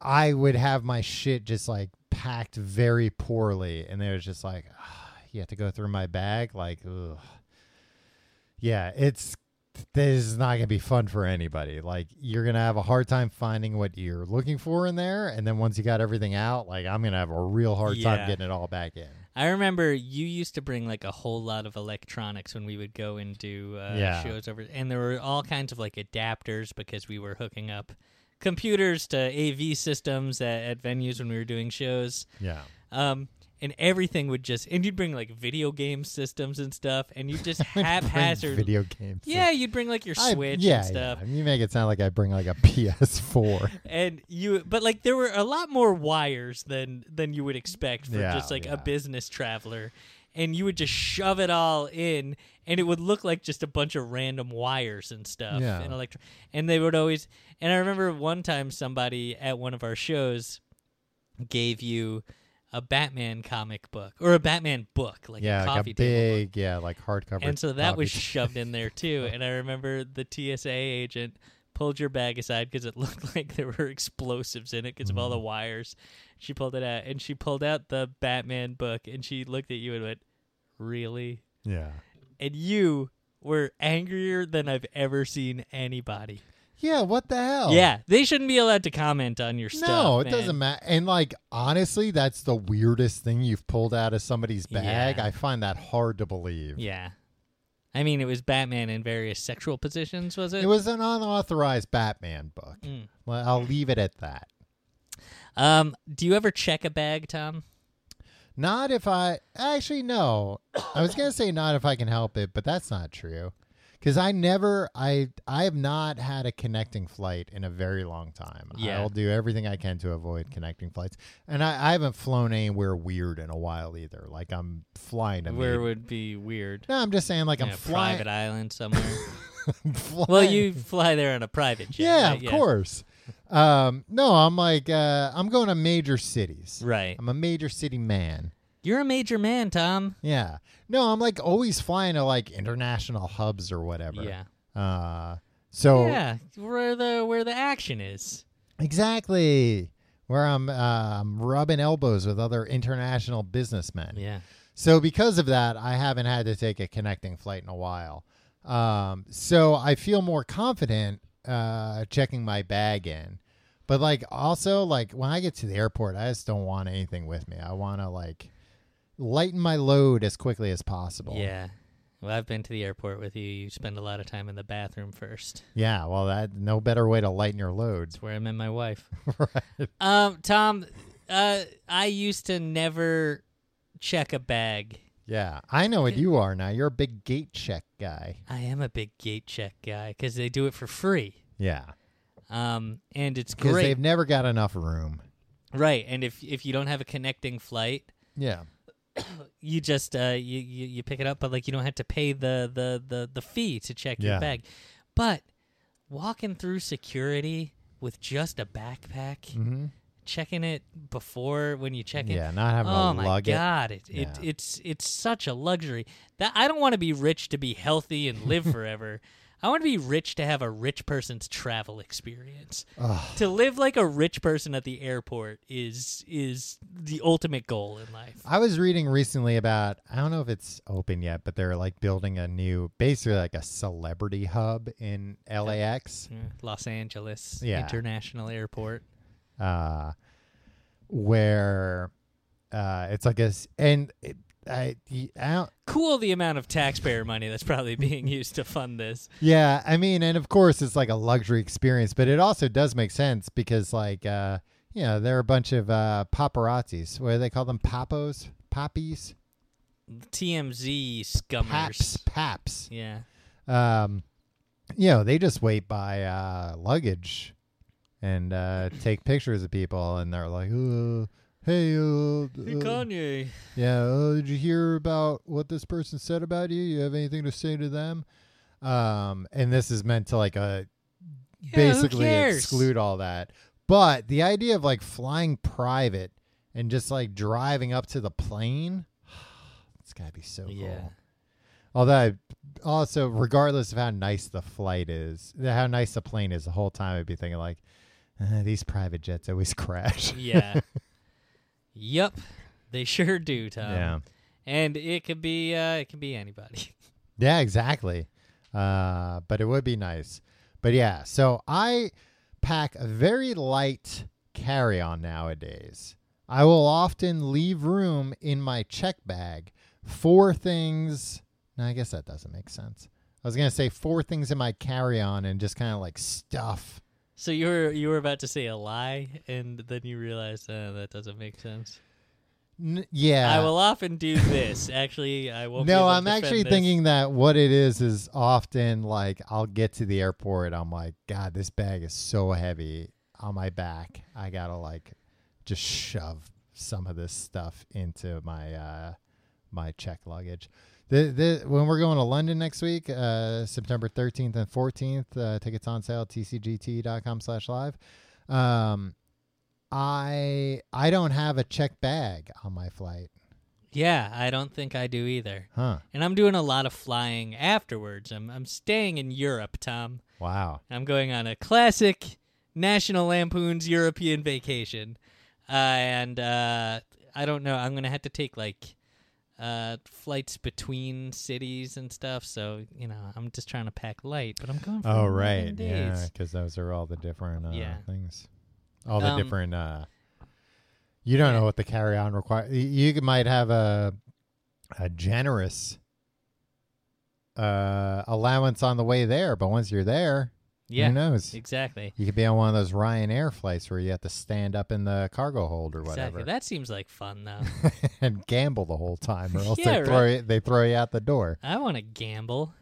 Speaker 2: I would have my shit just like packed very poorly and they was just like "Ah, you have to go through my bag like ugh. Yeah, it's this is not going to be fun for anybody. Like you're going to have a hard time finding what you're looking for in there and then once you got everything out, like I'm going to have a real hard
Speaker 3: Yeah.
Speaker 2: time getting it all back in.
Speaker 3: I remember you used to bring like a whole lot of electronics when we would go and do uh,
Speaker 2: Yeah.
Speaker 3: shows over, and there were all kinds of like adapters because we were hooking up computers to AV systems at, at venues when we were doing shows.
Speaker 2: Yeah.
Speaker 3: Um, and everything would just and you'd bring like video game systems and stuff, and you just haphazardly
Speaker 2: video games.
Speaker 3: Yeah, you'd bring like your
Speaker 2: I-
Speaker 3: Switch
Speaker 2: yeah,
Speaker 3: and stuff.
Speaker 2: yeah. You make it sound like I bring like a PS4.
Speaker 3: And you but like there were a lot more wires than than you would expect for
Speaker 2: Yeah,
Speaker 3: just like
Speaker 2: yeah.
Speaker 3: a business traveler. And you would just shove it all in and it would look like just a bunch of random wires and stuff
Speaker 2: Yeah.
Speaker 3: and electro and they would always and I remember one time somebody at one of our shows gave you a Batman comic book or a Batman book, like
Speaker 2: yeah,
Speaker 3: a
Speaker 2: like
Speaker 3: coffee
Speaker 2: a
Speaker 3: table book.
Speaker 2: big, yeah, like hardcover.
Speaker 3: And so that was
Speaker 2: copy.
Speaker 3: shoved in there too. And I remember the TSA agent pulled your bag aside because it looked like there were explosives in it because of all
Speaker 2: Mm.
Speaker 3: the wires. She pulled it out and she pulled out the Batman book and she looked at you and went, Really?
Speaker 2: yeah,
Speaker 3: And you were angrier than I've ever seen anybody.
Speaker 2: yeah. What the hell?
Speaker 3: Yeah, they shouldn't be allowed to comment on your stuff.
Speaker 2: Oh. No, it
Speaker 3: man.
Speaker 2: doesn't matter. And like honestly, that's the weirdest thing you've pulled out of somebody's bag.
Speaker 3: Yeah.
Speaker 2: I find that hard to believe.
Speaker 3: Yeah. I mean, it was Batman in various sexual positions, was it?
Speaker 2: It was an unauthorized Batman book.
Speaker 3: Mm.
Speaker 2: Well, I'll leave it at that.
Speaker 3: um, do you ever check a bag, Tom?
Speaker 2: Not if I actually no. I was gonna say not if I can help it, but that's not true. Because I never, I I have not had a connecting flight in a very long time.
Speaker 3: Yeah.
Speaker 2: I'll do everything I can to avoid connecting flights, and I, I haven't flown anywhere weird in a while either. Like I'm flying to
Speaker 3: Where
Speaker 2: Maine.
Speaker 3: would be weird?
Speaker 2: no, I'm just saying like
Speaker 3: On
Speaker 2: I'm
Speaker 3: a
Speaker 2: flying.
Speaker 3: private island somewhere.
Speaker 2: I'm flying.
Speaker 3: well, you fly there on a private jet.
Speaker 2: yeah,
Speaker 3: right?
Speaker 2: of course. Um, no, I'm like uh, I'm going to major cities.
Speaker 3: Right.
Speaker 2: I'm a major city man.
Speaker 3: You're a major man, Tom.
Speaker 2: Yeah. No, I'm like always flying to like international hubs or whatever.
Speaker 3: Yeah.
Speaker 2: Uh so
Speaker 3: Yeah, where the where the action is.
Speaker 2: exactly where I'm uh, I'm rubbing elbows with other international businessmen.
Speaker 3: Yeah.
Speaker 2: So because of that, I haven't had to take a connecting flight in a while. Um, so I feel more confident uh, checking my bag in. But like also like when I get to the airport, I just don't want anything with me. I want to like lighten my load as quickly as possible.
Speaker 3: Yeah. Well, I've been to the airport with you. You spend a lot of time in the bathroom first.
Speaker 2: Yeah, well, that no better way to lighten your load.
Speaker 3: That's where I met my wife.
Speaker 2: right.
Speaker 3: Um, Tom, uh, I used to never check a bag.
Speaker 2: Yeah, I know what you are now. You're a big gate check guy.
Speaker 3: I am a big gate check guy because they do it for free.
Speaker 2: Yeah,
Speaker 3: Um, and it's
Speaker 2: because
Speaker 3: great,
Speaker 2: they've never got enough room.
Speaker 3: right? And if if you don't have a connecting flight,
Speaker 2: Yeah,
Speaker 3: you just uh, you, you you pick it up, but like you don't have to pay the the the, the fee to check your
Speaker 2: Yeah.
Speaker 3: bag. But walking through security with just a backpack,
Speaker 2: hmm
Speaker 3: checking it before when you check in.
Speaker 2: Yeah, not having
Speaker 3: Oh
Speaker 2: to
Speaker 3: my
Speaker 2: lug it.
Speaker 3: god, it, it,
Speaker 2: Yeah.
Speaker 3: it's it's such a luxury. That I don't want to be rich to be healthy and live forever. I want to be rich to have a rich person's travel experience.
Speaker 2: Ugh.
Speaker 3: To live like a rich person at the airport is is the ultimate goal in life.
Speaker 2: I was reading recently about I don't know if it's open yet, but they're like building a new, basically like a celebrity hub in LAX.
Speaker 3: Yeah, Los Angeles
Speaker 2: Yeah.
Speaker 3: International Airport.
Speaker 2: uh, where uh, it's like a s- and it, I, y- I don't,
Speaker 3: Cool the amount of taxpayer money that's probably being used to fund this.
Speaker 2: yeah, I mean, and of course it's like a luxury experience, but it also does make sense because like uh, you know there are a bunch of uh, paparazzis. What do they call them? Papos, poppies,
Speaker 3: TMZ scummers.
Speaker 2: paps, paps.
Speaker 3: Yeah.
Speaker 2: Um, you know they just wait by uh, luggage and uh, take pictures of people, and they're like, uh, "Hey, uh,
Speaker 3: Hey
Speaker 2: uh,
Speaker 3: Kanye.
Speaker 2: Yeah, uh, did you hear about what this person said about you? You have anything to say to them? Um, and this is meant to like uh
Speaker 3: who
Speaker 2: basically
Speaker 3: cares?
Speaker 2: exclude all that. But the idea of like flying private and just like driving up to the plane, it's gotta be so
Speaker 3: Yeah.
Speaker 2: cool. Although, I, also regardless of how nice the flight is, how nice the plane is, the whole time I'd be thinking like, "Uh, these private jets always crash.
Speaker 3: Yeah. yep. They sure do, Tom.
Speaker 2: yeah.
Speaker 3: And it could be uh it could be anybody.
Speaker 2: Yeah, exactly. Uh, but it would be nice. But yeah, so I pack a very light carry on nowadays. I will often leave room in my check bag for things. No, I guess that doesn't make sense. I was going to say four things in my carry on and just kind of like stuff.
Speaker 3: So you were you were about to say a lie and then you realized uh, that doesn't make sense.
Speaker 2: N- yeah.
Speaker 3: I will often do this. actually, I won't be
Speaker 2: No,
Speaker 3: able to
Speaker 2: I'm
Speaker 3: defend
Speaker 2: actually
Speaker 3: this.
Speaker 2: thinking that what it is is often like I'll get to the airport. I'm like, God, this bag is so heavy on my back. I gotta like just shove some of this stuff into my uh, my check luggage. The, the, when we're going to London next week, uh, September 13th and 14th, uh, tickets on sale at tcgt.com slash live. Um, I I don't have a check bag on my flight,
Speaker 3: Yeah, I don't think I do either.
Speaker 2: huh?
Speaker 3: And I'm doing a lot of flying afterwards. I'm I'm staying in Europe, Tom.
Speaker 2: Wow.
Speaker 3: I'm going on a classic National Lampoon's European vacation, uh, and uh, I don't know. I'm gonna have to take like uh, flights between cities and stuff. So you know, I'm just trying to pack light, but I'm going. For
Speaker 2: Oh
Speaker 3: 11
Speaker 2: right, yeah,
Speaker 3: days.
Speaker 2: because those are all the different uh,
Speaker 3: Yeah.
Speaker 2: things, all the
Speaker 3: Um,
Speaker 2: different. Uh, you don't
Speaker 3: yeah.
Speaker 2: know what the carry on require. y- You might have a a generous uh, allowance on the way there, but once you're there,
Speaker 3: yeah,
Speaker 2: who knows?
Speaker 3: exactly,
Speaker 2: You could be on one of those Ryanair flights where you have to stand up in the cargo hold or
Speaker 3: exactly.
Speaker 2: whatever
Speaker 3: That seems like fun though.
Speaker 2: and gamble the whole time, or else
Speaker 3: Yeah,
Speaker 2: they throw you, they throw you out the door.
Speaker 3: I want to gamble.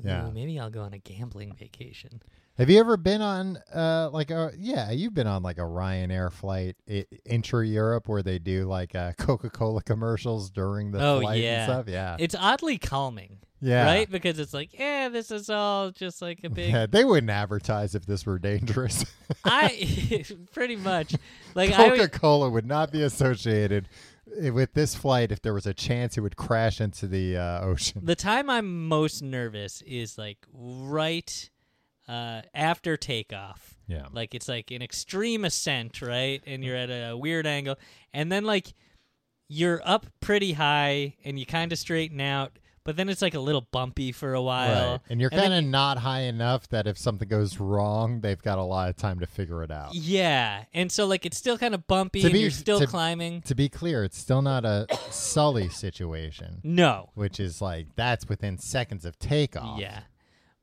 Speaker 2: Yeah.
Speaker 3: Ooh, maybe I'll go on a gambling vacation.
Speaker 2: Have you ever been on uh like a yeah you've been on like a Ryanair flight I- intra Europe where they do like uh, Coca Cola commercials during the
Speaker 3: Oh,
Speaker 2: flight
Speaker 3: yeah.
Speaker 2: and stuff yeah
Speaker 3: It's oddly calming,
Speaker 2: yeah
Speaker 3: right? Because it's like, yeah, this is all just like a big
Speaker 2: yeah they wouldn't advertise if this were dangerous
Speaker 3: I pretty much like I
Speaker 2: Coca
Speaker 3: would,
Speaker 2: Cola would not be associated i- with this flight if there was a chance it would crash into the uh, ocean
Speaker 3: the time I'm most nervous is like right uh, after takeoff.
Speaker 2: yeah
Speaker 3: Like it's like an extreme ascent, right? And you're at a weird angle, and then like you're up pretty high, and you kind of straighten out, but then it's like a little bumpy for a while,
Speaker 2: right and you're
Speaker 3: then
Speaker 2: kind of not high enough that if something goes wrong they've got a lot of time to figure it out
Speaker 3: yeah, and so like it's still kind of bumpy,
Speaker 2: To
Speaker 3: and
Speaker 2: be-
Speaker 3: you're still
Speaker 2: to-
Speaker 3: climbing.
Speaker 2: to be clear it's still not a Sully situation
Speaker 3: No,
Speaker 2: which is like that's within seconds of takeoff.
Speaker 3: Yeah.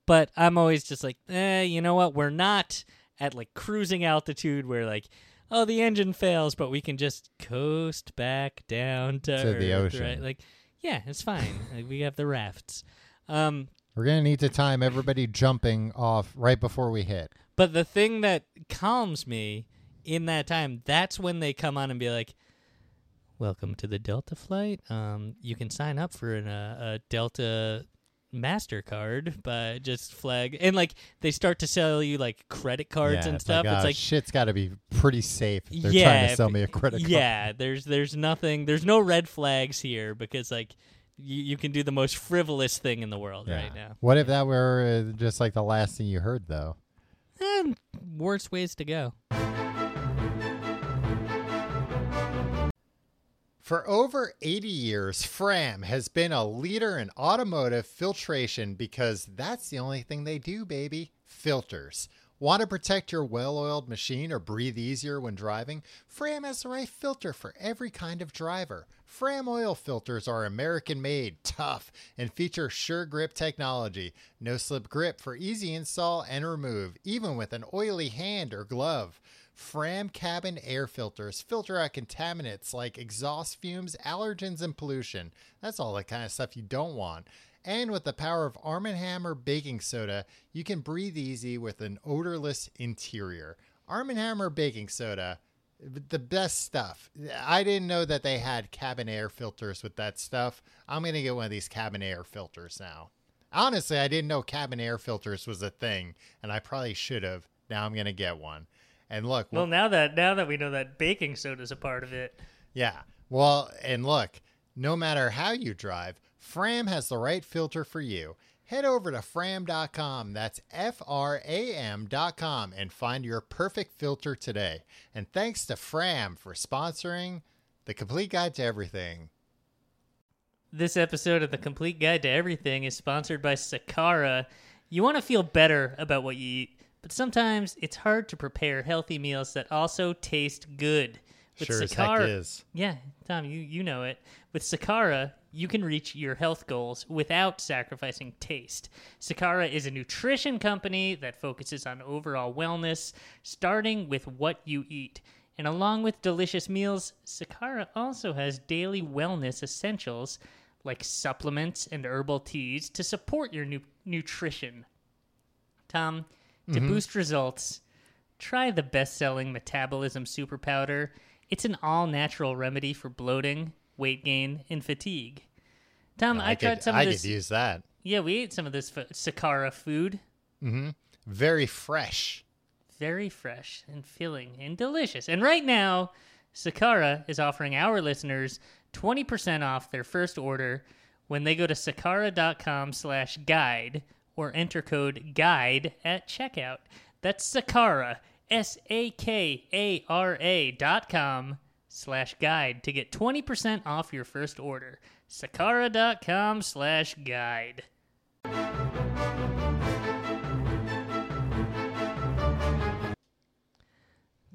Speaker 3: But I'm always just like, eh, you know what? We're not at like cruising altitude where like, oh, the engine fails, but we can just coast back down to,
Speaker 2: To the
Speaker 3: Earth,"
Speaker 2: ocean.
Speaker 3: Right? Like, yeah, it's fine. like, we have the rafts. Um,
Speaker 2: We're going to need to time everybody jumping off right before we hit.
Speaker 3: but the thing that calms me in that time, that's when they come on and be like, Welcome to the Delta flight. Um, you can sign up for an, uh, a Delta Mastercard, but just flag and like they start to sell you like credit cards
Speaker 2: Yeah,
Speaker 3: and
Speaker 2: it's
Speaker 3: stuff.
Speaker 2: Like, oh,
Speaker 3: it's like
Speaker 2: shit's got to be pretty safe. If they're trying
Speaker 3: Yeah,
Speaker 2: to
Speaker 3: if-
Speaker 2: sell me a credit card.
Speaker 3: yeah, there's there's nothing, there's no red flags here because like you, you can do the most frivolous thing in the world
Speaker 2: Yeah.
Speaker 3: right now.
Speaker 2: What if that were uh, just like the last thing you heard, though?
Speaker 3: Eh, worst ways to go.
Speaker 2: For over 80 years, Fram has been a leader in automotive filtration because that's the only thing they do, baby. Filters. Want to protect your well oiled machine or breathe easier when driving? Fram has the right filter for every kind of driver. Fram oil filters are American made, tough, and feature sure grip technology. No slip grip for easy install and remove, even with an oily hand or glove. Fram cabin air filters filter out contaminants like exhaust fumes, allergens, and pollution. That's all the kind of stuff you don't want. And with the power of Arm & Hammer baking soda, you can breathe easy with an odorless interior. Arm & Hammer baking soda, the best stuff. I didn't know that they had cabin air filters with that stuff. I'm going to get one of these cabin air filters now. Honestly, I didn't know cabin air filters was a thing, and I probably should have. Now I'm going to get one. And look,
Speaker 1: Well, now that now that we know that baking soda's a part of it,
Speaker 2: yeah. Well, and look, no matter how you drive, Fram has the right filter for you. Head over to fram.com, that's F R A M.com, and find your perfect filter today. And thanks to Fram for sponsoring the complete guide to everything.
Speaker 1: This episode of The Complete Guide to Everything is sponsored by Sakara. You want to feel better about what you eat, but sometimes it's hard to prepare healthy meals that also taste good.
Speaker 2: Sure as heck is.
Speaker 1: Yeah, Tom, you, you know it. With Sakara, you can reach your health goals without sacrificing taste. Sakara is a nutrition company that focuses on overall wellness, starting with what you eat. And along with delicious meals, Sakara also has daily wellness essentials like supplements and herbal teas to support your nu- nutrition. Tom, to
Speaker 2: Mm-hmm.
Speaker 1: boost results, try the best selling metabolism super powder. It's an all natural remedy for bloating, weight gain, and fatigue. Tom, Um, I,
Speaker 2: I,
Speaker 1: tried
Speaker 2: could,
Speaker 1: some
Speaker 2: I
Speaker 1: of this.
Speaker 2: could use that.
Speaker 1: yeah, we ate some of this f- Sakara food.
Speaker 2: Very fresh.
Speaker 1: Very fresh and filling and delicious. And right now, Sakara is offering our listeners 20% off their first order when they go to sakara.com slash guide or enter code guide at checkout. That's Sakara, S-A-K-A-R-A dot com slash guide to get 20% off your first order. Sakara.com slash guide.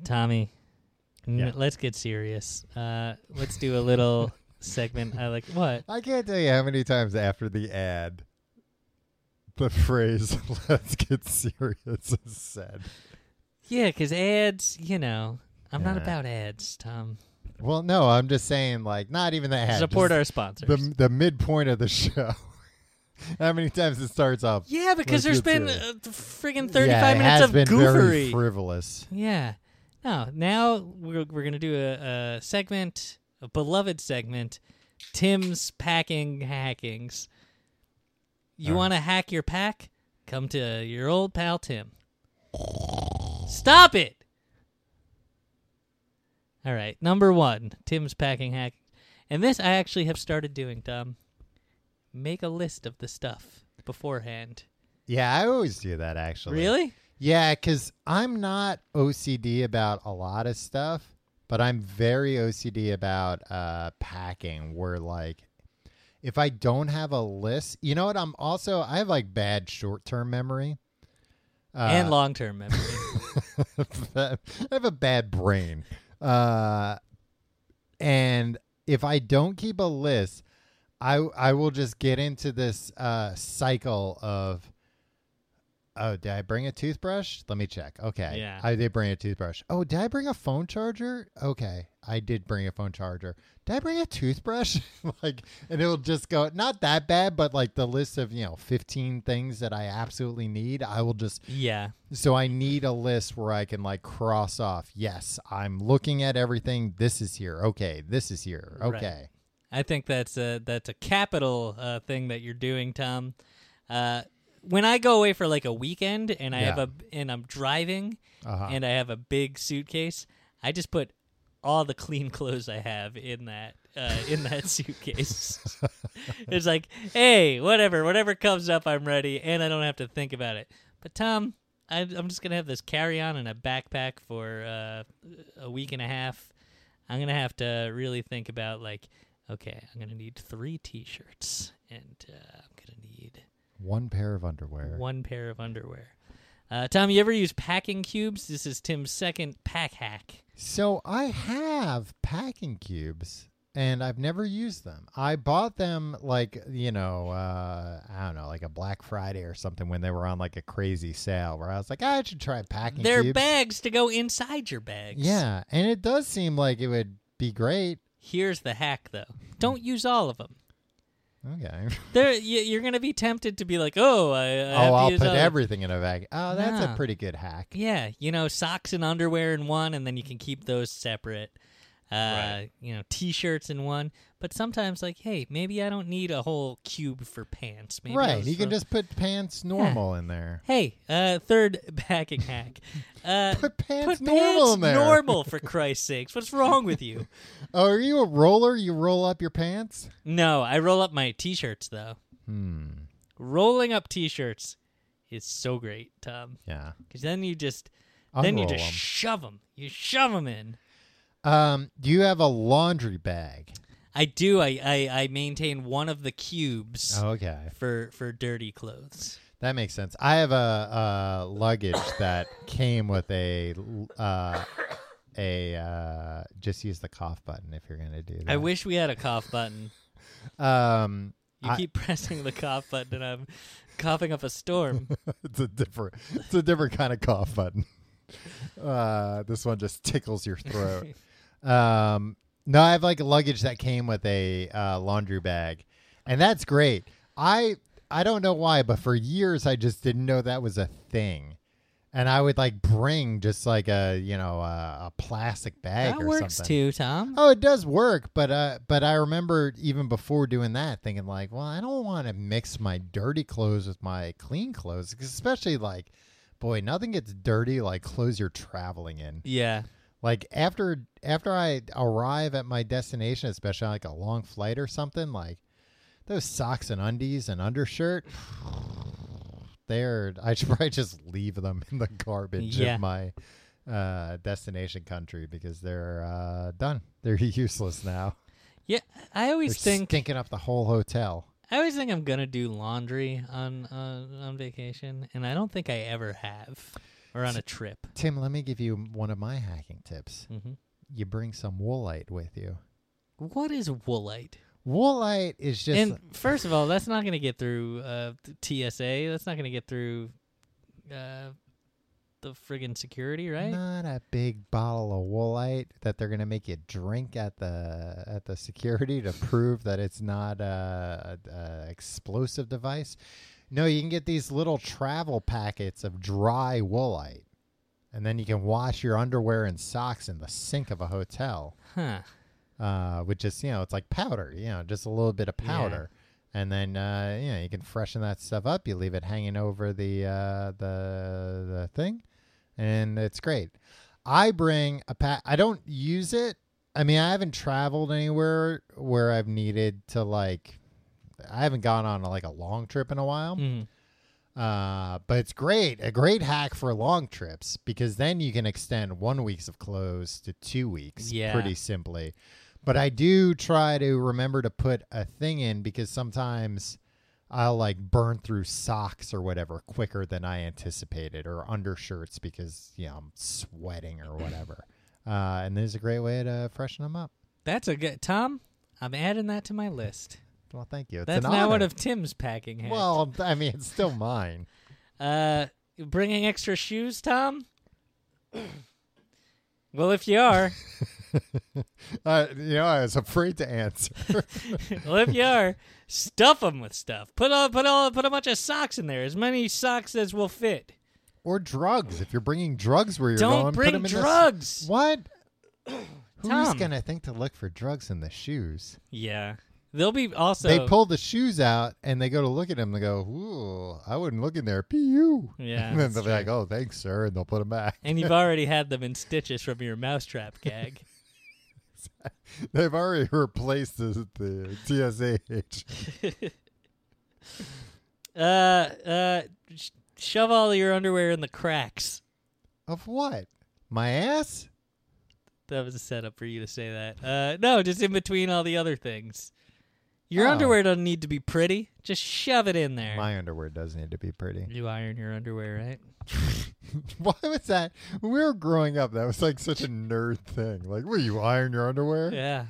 Speaker 3: Tommy, n-
Speaker 2: Yeah.
Speaker 3: let's get serious. Uh, let's do a little segment. I like what?
Speaker 2: I can't tell you how many times after the ad the phrase, let's get serious, is said.
Speaker 3: Yeah, because ads. You know, I'm not
Speaker 2: Yeah.
Speaker 3: about ads, Tom.
Speaker 2: Well, no, I'm just saying, like, not even the ad.
Speaker 3: Support
Speaker 2: just-
Speaker 3: our sponsors.
Speaker 2: the the midpoint of the show. How many times it starts off?
Speaker 3: yeah, because
Speaker 2: Let's
Speaker 3: there's
Speaker 2: get
Speaker 3: been
Speaker 2: serious.
Speaker 3: uh, friggin'
Speaker 2: Yeah,
Speaker 3: 35
Speaker 2: it
Speaker 3: minutes
Speaker 2: has
Speaker 3: of
Speaker 2: been very
Speaker 3: goofery.
Speaker 2: frivolous.
Speaker 3: yeah. No, now we're we're gonna do a, a segment, a beloved segment, Tim's packing hackings. You
Speaker 2: All right.
Speaker 3: want to hack your pack? Come to your old pal Tim. Stop it! All right, number one, Tim's packing hack, and this I actually have started doing. Tom, make a list of the stuff beforehand.
Speaker 2: Yeah, I always do that actually.
Speaker 3: Really?
Speaker 2: Yeah, because I'm not OCD about a lot of stuff, but I'm very OCD about uh, packing. Where like, if I don't have a list, you know what? I'm also I have like bad short term memory.
Speaker 3: and long term memory.
Speaker 2: I have a bad brain. Uh, and if I don't keep a list, I I will just get into this uh, cycle of oh, did I bring a toothbrush? Let me check. Okay.
Speaker 3: Yeah.
Speaker 2: I did bring a toothbrush. Oh, did I bring a phone charger? Okay. I did bring a phone charger. Did I bring a toothbrush? like and it'll just go not that bad, but like the list of, you know, 15 things that I absolutely need, I will just
Speaker 3: yeah.
Speaker 2: so I need a list where I can like cross off. Yes, I'm looking at everything. This is here. Okay, this is here.
Speaker 3: Right.
Speaker 2: Okay.
Speaker 3: I think that's a that's a capital uh, thing that you're doing, Tom.
Speaker 1: Uh, when I go away for like a weekend and I have
Speaker 2: Yeah.
Speaker 1: a and I'm driving
Speaker 2: Uh-huh.
Speaker 1: and I have a big suitcase, I just put all the clean clothes I have in that uh, in that suitcase. it's like, hey, whatever, whatever comes up, I'm ready, and I don't have to think about it. But Tom, I, I'm just gonna have this carry on and a backpack for uh, a week and a half. I'm gonna have to really think about like, okay, I'm gonna need three T-shirts, and uh, I'm gonna need
Speaker 2: One pair of underwear.
Speaker 1: one pair of underwear. Uh, Tom, you ever use packing cubes? This is Tim's second pack hack.
Speaker 2: So I have packing cubes and I've never used them. I bought them like, you know, uh, I don't know, like a Black Friday or something when they were on like a crazy sale where I was like, "Ah, I should try packing
Speaker 1: They're
Speaker 2: cubes.
Speaker 1: bags to go inside your bags.
Speaker 2: Yeah. And it does seem like it would be great.
Speaker 1: Here's the hack, though.
Speaker 2: Hmm.
Speaker 1: Don't use all of them.
Speaker 2: Okay.
Speaker 1: There, you, you're gonna be tempted to be like, "Oh, I, I have
Speaker 2: oh,
Speaker 1: to
Speaker 2: I'll
Speaker 1: use
Speaker 2: put
Speaker 1: all of-"
Speaker 2: everything in a bag. Oh, that's
Speaker 1: Nah.
Speaker 2: a pretty good hack.
Speaker 1: Yeah, you know, socks and underwear in one, and then you can keep those separate. Uh,
Speaker 3: Right.
Speaker 1: You know, t-shirts in one. But sometimes, like, hey, maybe I don't need a whole cube for pants. Maybe I'll
Speaker 2: right. You can
Speaker 1: throw-
Speaker 2: just put pants normal in there.
Speaker 1: Hey, uh, third packing hack. Uh,
Speaker 2: Put pants
Speaker 1: put
Speaker 2: normal
Speaker 1: pants
Speaker 2: in there.
Speaker 1: normal for Christ's sakes. What's wrong with you?
Speaker 2: Oh, are you a roller? You roll up your pants?
Speaker 1: No, I roll up my t-shirts though.
Speaker 2: Hmm.
Speaker 1: Rolling up t-shirts is so great, Tom,
Speaker 2: Yeah.
Speaker 1: because then you just then you
Speaker 2: Unroll
Speaker 1: just
Speaker 2: 'em.
Speaker 1: shove 'em. shove them. You shove them in.
Speaker 2: Um, do you have a laundry bag?
Speaker 1: I do. I I, I maintain one of the cubes
Speaker 2: Oh. okay,
Speaker 1: for for dirty clothes.
Speaker 2: that makes sense. I have a, uh luggage that came with a uh, a uh, just use the cough button if you're gonna do that.
Speaker 1: I wish we had a cough button.
Speaker 2: Um,
Speaker 1: You
Speaker 2: I-
Speaker 1: keep pressing the cough button, and I'm coughing up a storm.
Speaker 2: it's a different it's a different kind of cough button. Uh, this one just tickles your throat. Um, no, I have like a luggage that came with a uh, laundry bag, and that's great. I I don't know why, but for years I just didn't know that was a thing, and I would like bring just like a you know a, a plastic bag
Speaker 1: that
Speaker 2: or
Speaker 1: works
Speaker 2: something.
Speaker 1: too, Tom.
Speaker 2: Oh, it does work, but uh, but I remember even before doing that, thinking like, well, I don't want to mix my dirty clothes with my clean clothes, 'cause especially like, boy, nothing gets dirty like clothes you're traveling in.
Speaker 1: Yeah.
Speaker 2: Like after after I arrive at my destination, especially on, like a long flight or something, like those socks and undies and undershirt, they're I should probably just leave them in the garbage
Speaker 1: Yeah.
Speaker 2: of my uh, destination country because they're uh, done. They're useless now.
Speaker 1: Yeah, I
Speaker 2: They're
Speaker 1: always think
Speaker 2: stinking up the whole hotel.
Speaker 1: I always think I'm gonna do laundry on on on vacation, and I don't think I ever have, or on a trip.
Speaker 2: Tim, let me give you one of my hacking tips.
Speaker 1: hmm
Speaker 2: You bring some woolite with you.
Speaker 1: What is woolite?
Speaker 2: Woolite is just
Speaker 1: And first of all, that's not gonna get through uh, th- TSA. That's not gonna get through uh, the friggin' security, right?
Speaker 2: Not a big bottle of woolite that they're gonna make you drink at the at the security to prove that it's not a, a, a explosive device. No, you can get these little travel packets of dry woolite, and then you can wash your underwear and socks in the sink of a hotel,
Speaker 1: Huh.
Speaker 2: uh, which is you know it's like powder, you know, just a little bit of
Speaker 1: Yeah.
Speaker 2: powder. And then uh, you know you can freshen that stuff up. You leave it hanging over the uh, the the thing, and it's great. I bring a pack. I don't use it. I mean, I haven't traveled anywhere where I've needed to like. I haven't gone on like a long trip in a while.
Speaker 1: Mm.
Speaker 2: Uh, but it's great. A great hack for long trips because then you can extend one week's of clothes to two weeks
Speaker 1: Yeah.
Speaker 2: pretty simply. But I do try to remember to put a thing in because sometimes I'll like burn through socks or whatever quicker than I anticipated or undershirts because, you know, I'm sweating or whatever. Uh, and this is a great way to freshen them up.
Speaker 1: That's a good Tom. I'm adding that to my list.
Speaker 2: Well, thank you. It's
Speaker 1: That's
Speaker 2: an
Speaker 1: now one
Speaker 2: honor.
Speaker 1: of Tim's packing hacks.
Speaker 2: Well, I mean, it's still mine.
Speaker 1: Uh, bringing extra shoes, Tom? well, if you are,
Speaker 2: Uh, you know, I was afraid to answer.
Speaker 1: well, if you are, stuff them with stuff. Put a put a put a bunch of socks in there. As many socks as will fit.
Speaker 2: Or drugs. If you're bringing drugs where you're
Speaker 1: Don't
Speaker 2: going, put
Speaker 1: bring
Speaker 2: 'em in the-
Speaker 1: drugs.
Speaker 2: What? Who's
Speaker 1: Tom.
Speaker 2: gonna think to look for drugs in the shoes?
Speaker 1: Yeah. They'll be also
Speaker 2: they pull the shoes out and they go to look at him and they go, Ooh, I wouldn't look in there. Pew.
Speaker 1: Yeah,
Speaker 2: And then
Speaker 1: that's
Speaker 2: they'll be
Speaker 1: true.
Speaker 2: like, Oh, thanks, sir. And they'll put them back.
Speaker 1: and you've already had them in stitches from your mousetrap gag.
Speaker 2: They've already replaced the, the TSH.
Speaker 1: uh, uh, sh- shove all your underwear in the cracks.
Speaker 2: Of what? My ass?
Speaker 1: That was a setup for you to say that. Uh, no, just in between all the other things. Your
Speaker 2: Oh.
Speaker 1: underwear doesn't need to be pretty. Just shove it in there.
Speaker 2: My underwear does need to be pretty.
Speaker 1: you iron your underwear, right?
Speaker 2: Why was that? When we were growing up, that was like such a nerd thing. Like, will you iron your underwear?
Speaker 1: Yeah.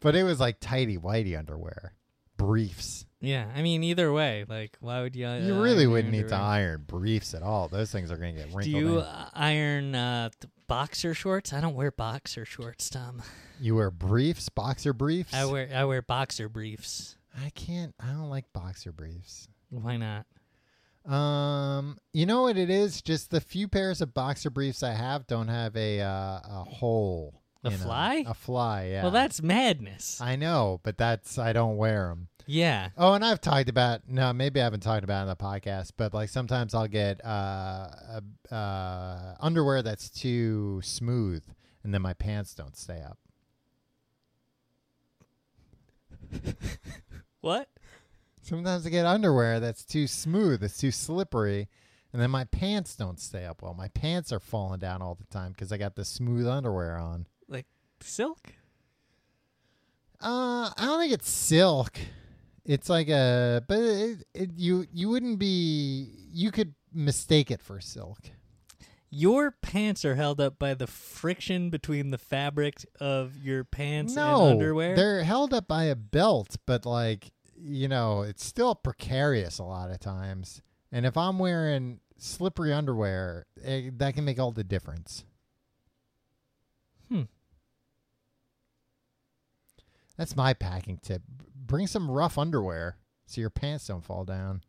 Speaker 2: But it was like tidy whitey underwear, briefs.
Speaker 1: Yeah. I mean, either way, like, why would you? uh,
Speaker 2: you really
Speaker 1: iron
Speaker 2: wouldn't
Speaker 1: your
Speaker 2: need to
Speaker 1: underwear?
Speaker 2: iron briefs at all. Those things are going to get
Speaker 1: Do
Speaker 2: wrinkled.
Speaker 1: you
Speaker 2: in.
Speaker 1: uh, iron uh, th- boxer shorts? I don't wear boxer shorts, Tom.
Speaker 2: You wear briefs, boxer briefs.
Speaker 1: I wear I wear boxer briefs.
Speaker 2: I can't. I don't like boxer briefs.
Speaker 1: Why not?
Speaker 2: Um, you know what it is? Just the few pairs of boxer briefs I have don't have a uh, a hole.
Speaker 1: A
Speaker 2: in 'em.
Speaker 1: fly?
Speaker 2: A fly. Yeah.
Speaker 1: Well, that's madness.
Speaker 2: I know, but that's I don't wear them.
Speaker 1: yeah.
Speaker 2: Oh, and I've talked about no, maybe I haven't talked about it on the podcast, but like sometimes I'll get uh, uh, uh, underwear that's too smooth, and then my pants don't stay up.
Speaker 1: What?
Speaker 2: Sometimes I get underwear that's too smooth, it's too slippery, and then my pants don't stay up well. My pants are falling down all the time because I got the smooth underwear on.
Speaker 1: Like silk?
Speaker 2: Uh, I don't think it's silk. It's like a, but it, it, you you wouldn't be you could mistake it for silk.
Speaker 1: Your pants are held up by the friction between the fabric of your pants
Speaker 2: no,
Speaker 1: and underwear.
Speaker 2: They're held up by a belt, but like, you know, it's still precarious a lot of times. And if I'm wearing slippery underwear, it, that can make all the difference.
Speaker 1: Hmm.
Speaker 2: That's my packing tip. B- Bring some rough underwear so your pants don't fall down.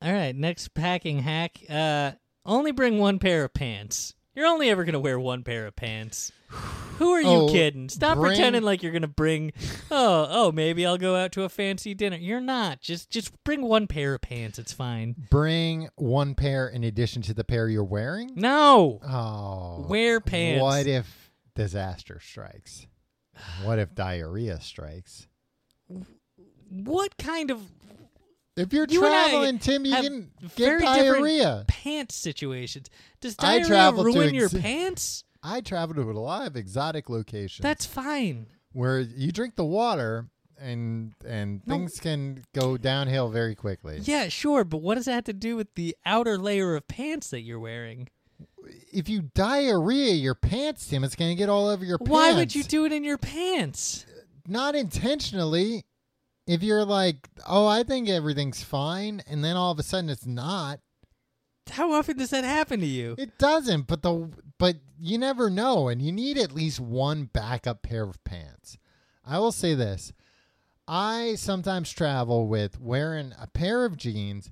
Speaker 1: All right, next packing hack. Uh, only bring one pair of pants. You're only ever gonna wear one pair of pants. Who are you
Speaker 2: Oh,
Speaker 1: kidding? Stop
Speaker 2: bring-
Speaker 1: pretending like you're gonna bring. Oh, oh, maybe I'll go out to a fancy dinner. You're not. Just, just bring one pair of pants. It's fine.
Speaker 2: Bring one pair in addition to the pair you're wearing.
Speaker 1: No,
Speaker 2: Oh.
Speaker 1: wear pants.
Speaker 2: What if disaster strikes? What if diarrhea strikes?
Speaker 1: what kind of
Speaker 2: If you're
Speaker 1: You and I
Speaker 2: traveling, Tim, you
Speaker 1: have
Speaker 2: can get
Speaker 1: very different
Speaker 2: diarrhea.
Speaker 1: pants situations? Does
Speaker 2: I
Speaker 1: diarrhea
Speaker 2: travel to
Speaker 1: ruin your
Speaker 2: exi-
Speaker 1: pants?
Speaker 2: I travel to a lot of exotic locations
Speaker 1: That's fine.
Speaker 2: where you drink the water and and
Speaker 1: No.
Speaker 2: things can go downhill very quickly.
Speaker 1: Yeah, sure, but what does that have to do with the outer layer of pants that you're wearing?
Speaker 2: If you diarrhea your pants, Tim, it's going to get all over your pants.
Speaker 1: Why would you do it in your pants?
Speaker 2: Not intentionally. If you're like, oh, I think everything's fine, and then all of a sudden it's not.
Speaker 1: How often does that happen to you?
Speaker 2: It doesn't, but the but you never know, and you need at least one backup pair of pants. I will say this: I sometimes travel with wearing a pair of jeans,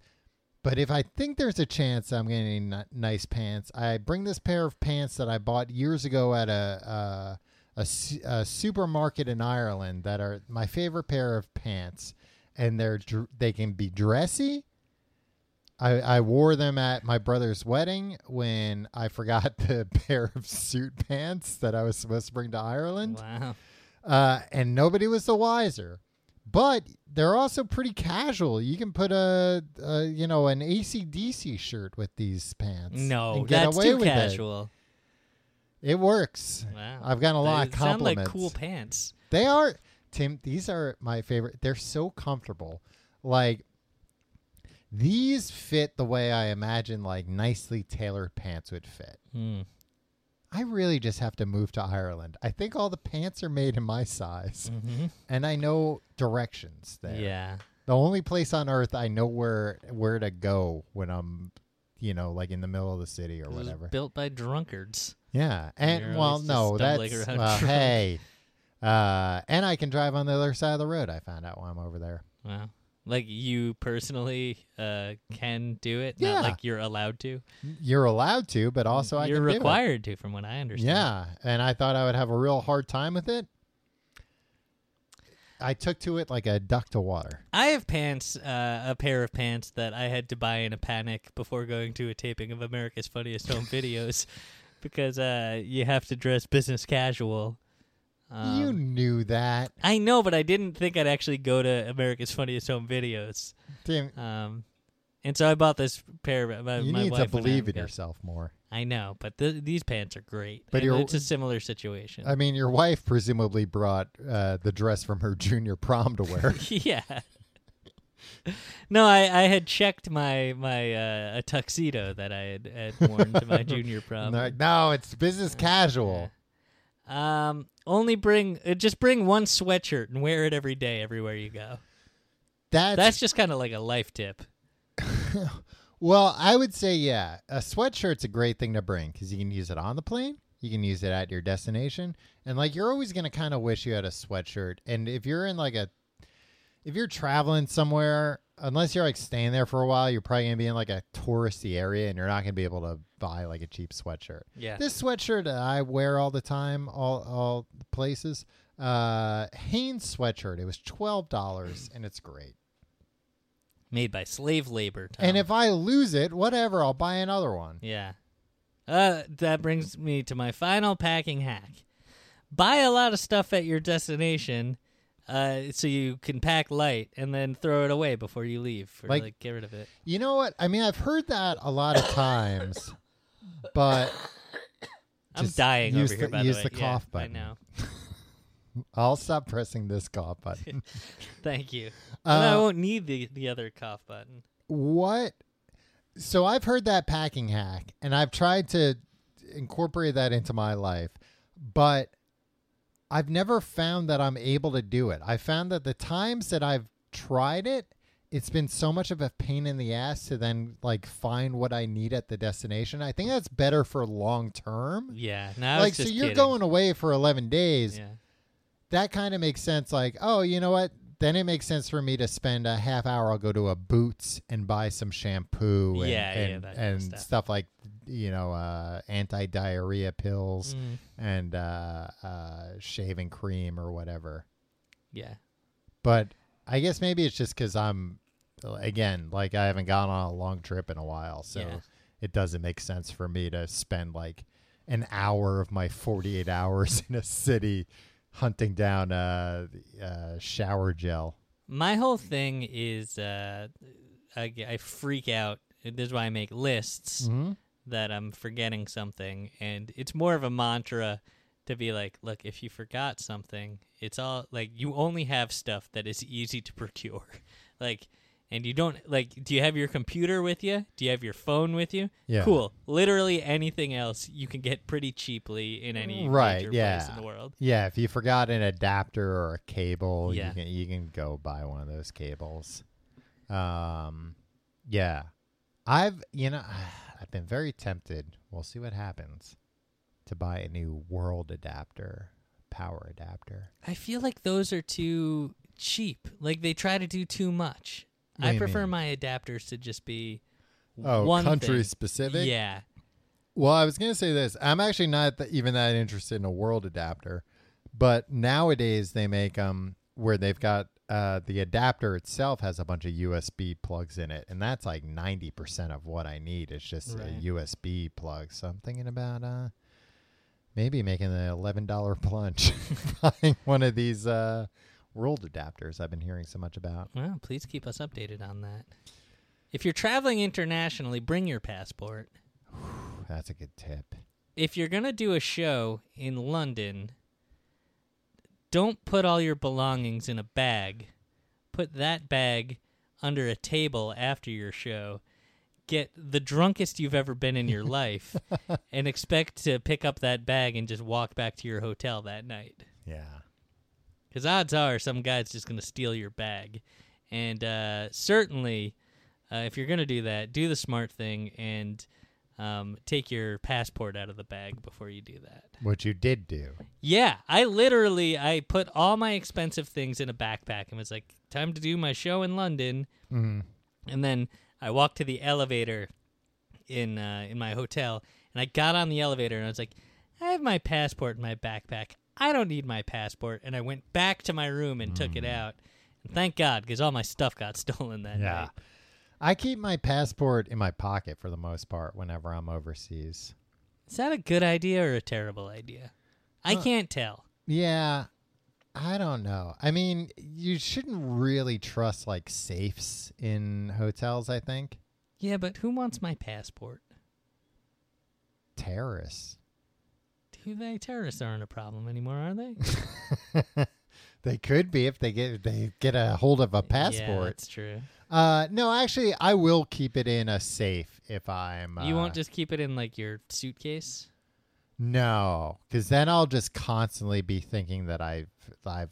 Speaker 2: but if I think there's a chance I'm going to need ni- nice pants, I bring this pair of pants that I bought years ago at a. a a, su- a supermarket in Ireland that are my favorite pair of pants, and they're dr- they can be dressy, I, I wore them at my brother's wedding when I forgot the pair of suit pants that I was supposed to bring to Ireland,
Speaker 1: Wow.
Speaker 2: uh, and nobody was the wiser. But they're also pretty casual. You can put a, a you know an ACDC shirt with these pants.
Speaker 1: No,
Speaker 2: and get
Speaker 1: that's
Speaker 2: away
Speaker 1: too
Speaker 2: with it.
Speaker 1: casual.
Speaker 2: It. works.
Speaker 1: Wow.
Speaker 2: I've gotten a lot of
Speaker 1: They sound like
Speaker 2: compliments.
Speaker 1: cool pants.
Speaker 2: They are Tim. These are my favorite. They're so comfortable. Like these fit the way I imagine like nicely tailored pants would fit.
Speaker 1: Hmm.
Speaker 2: I really just have to move to Ireland. I think all the pants are made in my
Speaker 1: Mm.
Speaker 2: size, and I know directions Mm-hmm. there.
Speaker 1: Yeah.
Speaker 2: The only place on earth I know where where to go when I'm, you know, like in the middle of the city or
Speaker 1: It was
Speaker 2: whatever.
Speaker 1: built by drunkards.
Speaker 2: Yeah, and
Speaker 1: You're
Speaker 2: well,
Speaker 1: always
Speaker 2: no,
Speaker 1: just
Speaker 2: that's
Speaker 1: stumbling around
Speaker 2: well,
Speaker 1: drunk.
Speaker 2: hey, uh, and I can drive on the other side of the road. I found out while I'm over there.
Speaker 1: Wow. Like you personally uh, can do it,
Speaker 2: Yeah.
Speaker 1: not like you're allowed to.
Speaker 2: You're allowed to, but also I
Speaker 1: you're
Speaker 2: can do it.
Speaker 1: required to, from what I understand.
Speaker 2: Yeah, and I thought I would have a real hard time with it. I took to it like a duck to water.
Speaker 1: I have pants, uh, a pair of pants that I had to buy in a panic before going to a taping of America's Funniest Home Videos because uh, you have to dress business casual. Um,
Speaker 2: you knew that,
Speaker 1: I know, but I didn't think I'd actually go to America's Funniest Home Videos.
Speaker 2: Tim.
Speaker 1: Um, and so I bought this pair. Of, uh, my,
Speaker 2: You
Speaker 1: my
Speaker 2: need
Speaker 1: wife
Speaker 2: to
Speaker 1: and I
Speaker 2: believe in
Speaker 1: got-
Speaker 2: yourself more.
Speaker 1: I know, but th- these pants are great.
Speaker 2: But
Speaker 1: And
Speaker 2: you're-
Speaker 1: it's a similar situation.
Speaker 2: I mean, your wife presumably brought uh, the dress from her junior prom to wear.
Speaker 1: yeah. No, I, I had checked my my uh, a tuxedo that I had, had worn to my junior
Speaker 2: And
Speaker 1: prom.
Speaker 2: they're like, no, it's business casual.
Speaker 1: Um, only bring uh, just bring one sweatshirt and wear it every day everywhere you go.
Speaker 2: That's,
Speaker 1: That's just kind of like a life tip.
Speaker 2: well, I would say yeah. A sweatshirt's a great thing to bring because you can use it on the plane. You can use it at your destination, and like you're always gonna kind of wish you had a sweatshirt. And if you're in like a, if you're traveling somewhere, unless you're like staying there for a while, you're probably gonna be in like a touristy area, and you're not gonna be able to buy like a cheap sweatshirt.
Speaker 1: Yeah.
Speaker 2: This sweatshirt that I wear all the time, all all places. Uh, Hanes sweatshirt. It was twelve dollars, and it's great.
Speaker 1: Made by slave labor. Tom.
Speaker 2: And if I lose it, whatever, I'll buy another one.
Speaker 1: yeah. Uh, that brings me to my final packing hack: buy a lot of stuff at your destination, uh, so you can pack light, and then throw it away before you leave, or
Speaker 2: Like-
Speaker 1: like get rid of it.
Speaker 2: You know what? I mean, I've heard that a lot of times, but
Speaker 1: I'm
Speaker 2: Just
Speaker 1: dying
Speaker 2: use
Speaker 1: over here.
Speaker 2: the-
Speaker 1: by
Speaker 2: use
Speaker 1: the way,
Speaker 2: the
Speaker 1: Yeah,
Speaker 2: cough button.
Speaker 1: I know.
Speaker 2: I'll stop pressing this cough button.
Speaker 1: Thank you. and I
Speaker 2: Uh,
Speaker 1: won't need the the other cough button.
Speaker 2: what? So I've heard that packing hack, and I've tried to incorporate that into my life, but I've never found that I'm able to do it. I found that the times that I've tried it, it's been so much of a pain in the ass to then like find what I need at the destination. I think that's better for long term.
Speaker 1: Yeah. No, I was
Speaker 2: like so
Speaker 1: just
Speaker 2: you're
Speaker 1: kidding.
Speaker 2: going away for 11 days
Speaker 1: Yeah.
Speaker 2: that kind of makes sense like oh you know what then it makes sense for me to spend a half hour i'll go to a boots and buy some shampoo and,
Speaker 1: Yeah, yeah,
Speaker 2: and,
Speaker 1: that kind of
Speaker 2: and
Speaker 1: stuff.
Speaker 2: like you know uh, anti-diarrhea pills
Speaker 1: Mm,
Speaker 2: and uh, uh, shaving cream or whatever
Speaker 1: yeah.
Speaker 2: but i guess maybe it's just because i'm again like i haven't gone on a long trip in a while so
Speaker 1: Yeah.
Speaker 2: it doesn't make sense for me to spend like an hour of my 48 hours in a city hunting down uh, uh shower gel
Speaker 1: My whole thing is uh, I, get- I freak out. This is why I make lists
Speaker 2: mm-hmm.
Speaker 1: that I'm forgetting something, and it's more of a mantra to be like, look, if you forgot something, it's all like you only have stuff that is easy to procure, like. And you don't like? Do you have your computer with you? Do you have your phone with you?
Speaker 2: Yeah.
Speaker 1: Cool. Literally anything else you can get pretty cheaply in any
Speaker 2: Mm, Right,
Speaker 1: Major
Speaker 2: yeah.
Speaker 1: Place in the world.
Speaker 2: yeah if you forgot an adapter or a cable
Speaker 1: Yeah.
Speaker 2: you can you can go buy one of those cables um yeah i've you know i've been very tempted we'll see what happens to buy a new world adapter power adapter
Speaker 1: I feel like those are too cheap. Like they try to do too much.
Speaker 2: What do
Speaker 1: I
Speaker 2: you
Speaker 1: prefer
Speaker 2: mean?
Speaker 1: my adapters to just be
Speaker 2: Oh,
Speaker 1: one
Speaker 2: country
Speaker 1: thing.
Speaker 2: specific.
Speaker 1: Yeah,
Speaker 2: Well, I was going to say this. I'm actually not th- even that interested in a world adapter, but nowadays they make them where they've got uh, the adapter itself has a bunch of USB plugs in it, and that's like 90% of what I need. It's just a
Speaker 1: Right.
Speaker 2: USB plug. So I'm thinking about uh, maybe making an $11 plunge, buying one of these uh, world adapters I've been hearing so much about.
Speaker 1: Well, please keep us updated on that. If you're traveling internationally, bring your passport.
Speaker 2: That's a good tip.
Speaker 1: If you're going to do a show in London, don't put all your belongings in a bag. Put that bag under a table after your show. Get the drunkest you've ever been in your life and expect to pick up that bag and just walk back to your hotel that night.
Speaker 2: Yeah.
Speaker 1: Because odds are some guy's just going to steal your bag. And uh, certainly, uh, if you're going to do that, do the smart thing and um, take your passport out of the bag before you do that.
Speaker 2: What you did do.
Speaker 1: Yeah, I literally I put all my expensive things in a backpack and was like, time to do my show in London.
Speaker 2: Mm-hmm.
Speaker 1: And then I walked to the elevator in uh, in my hotel, and I got on the elevator, and I was like, I have my passport in my backpack. I don't need my passport. And I went back to my room and took it
Speaker 2: Mm.
Speaker 1: out. And thank God, because all my stuff got stolen that
Speaker 2: Yeah.
Speaker 1: night.
Speaker 2: I keep my passport in my pocket for the most part whenever I'm overseas.
Speaker 1: Is that a good idea or a terrible idea? I can't tell.
Speaker 2: Yeah, I don't know. I mean, you shouldn't really trust like safes in hotels, I think.
Speaker 1: Yeah, but who wants my passport?
Speaker 2: Terrorists.
Speaker 1: Do they? Terrorists aren't a problem anymore, are they?
Speaker 2: They could be if they get if they get a hold of a
Speaker 1: Yeah,
Speaker 2: passport.
Speaker 1: that's true.
Speaker 2: uh no, actually I will keep it in a safe if I'm uh,
Speaker 1: You won't just keep it in like your suitcase.
Speaker 2: No, because then I'll just constantly be thinking that I've I've.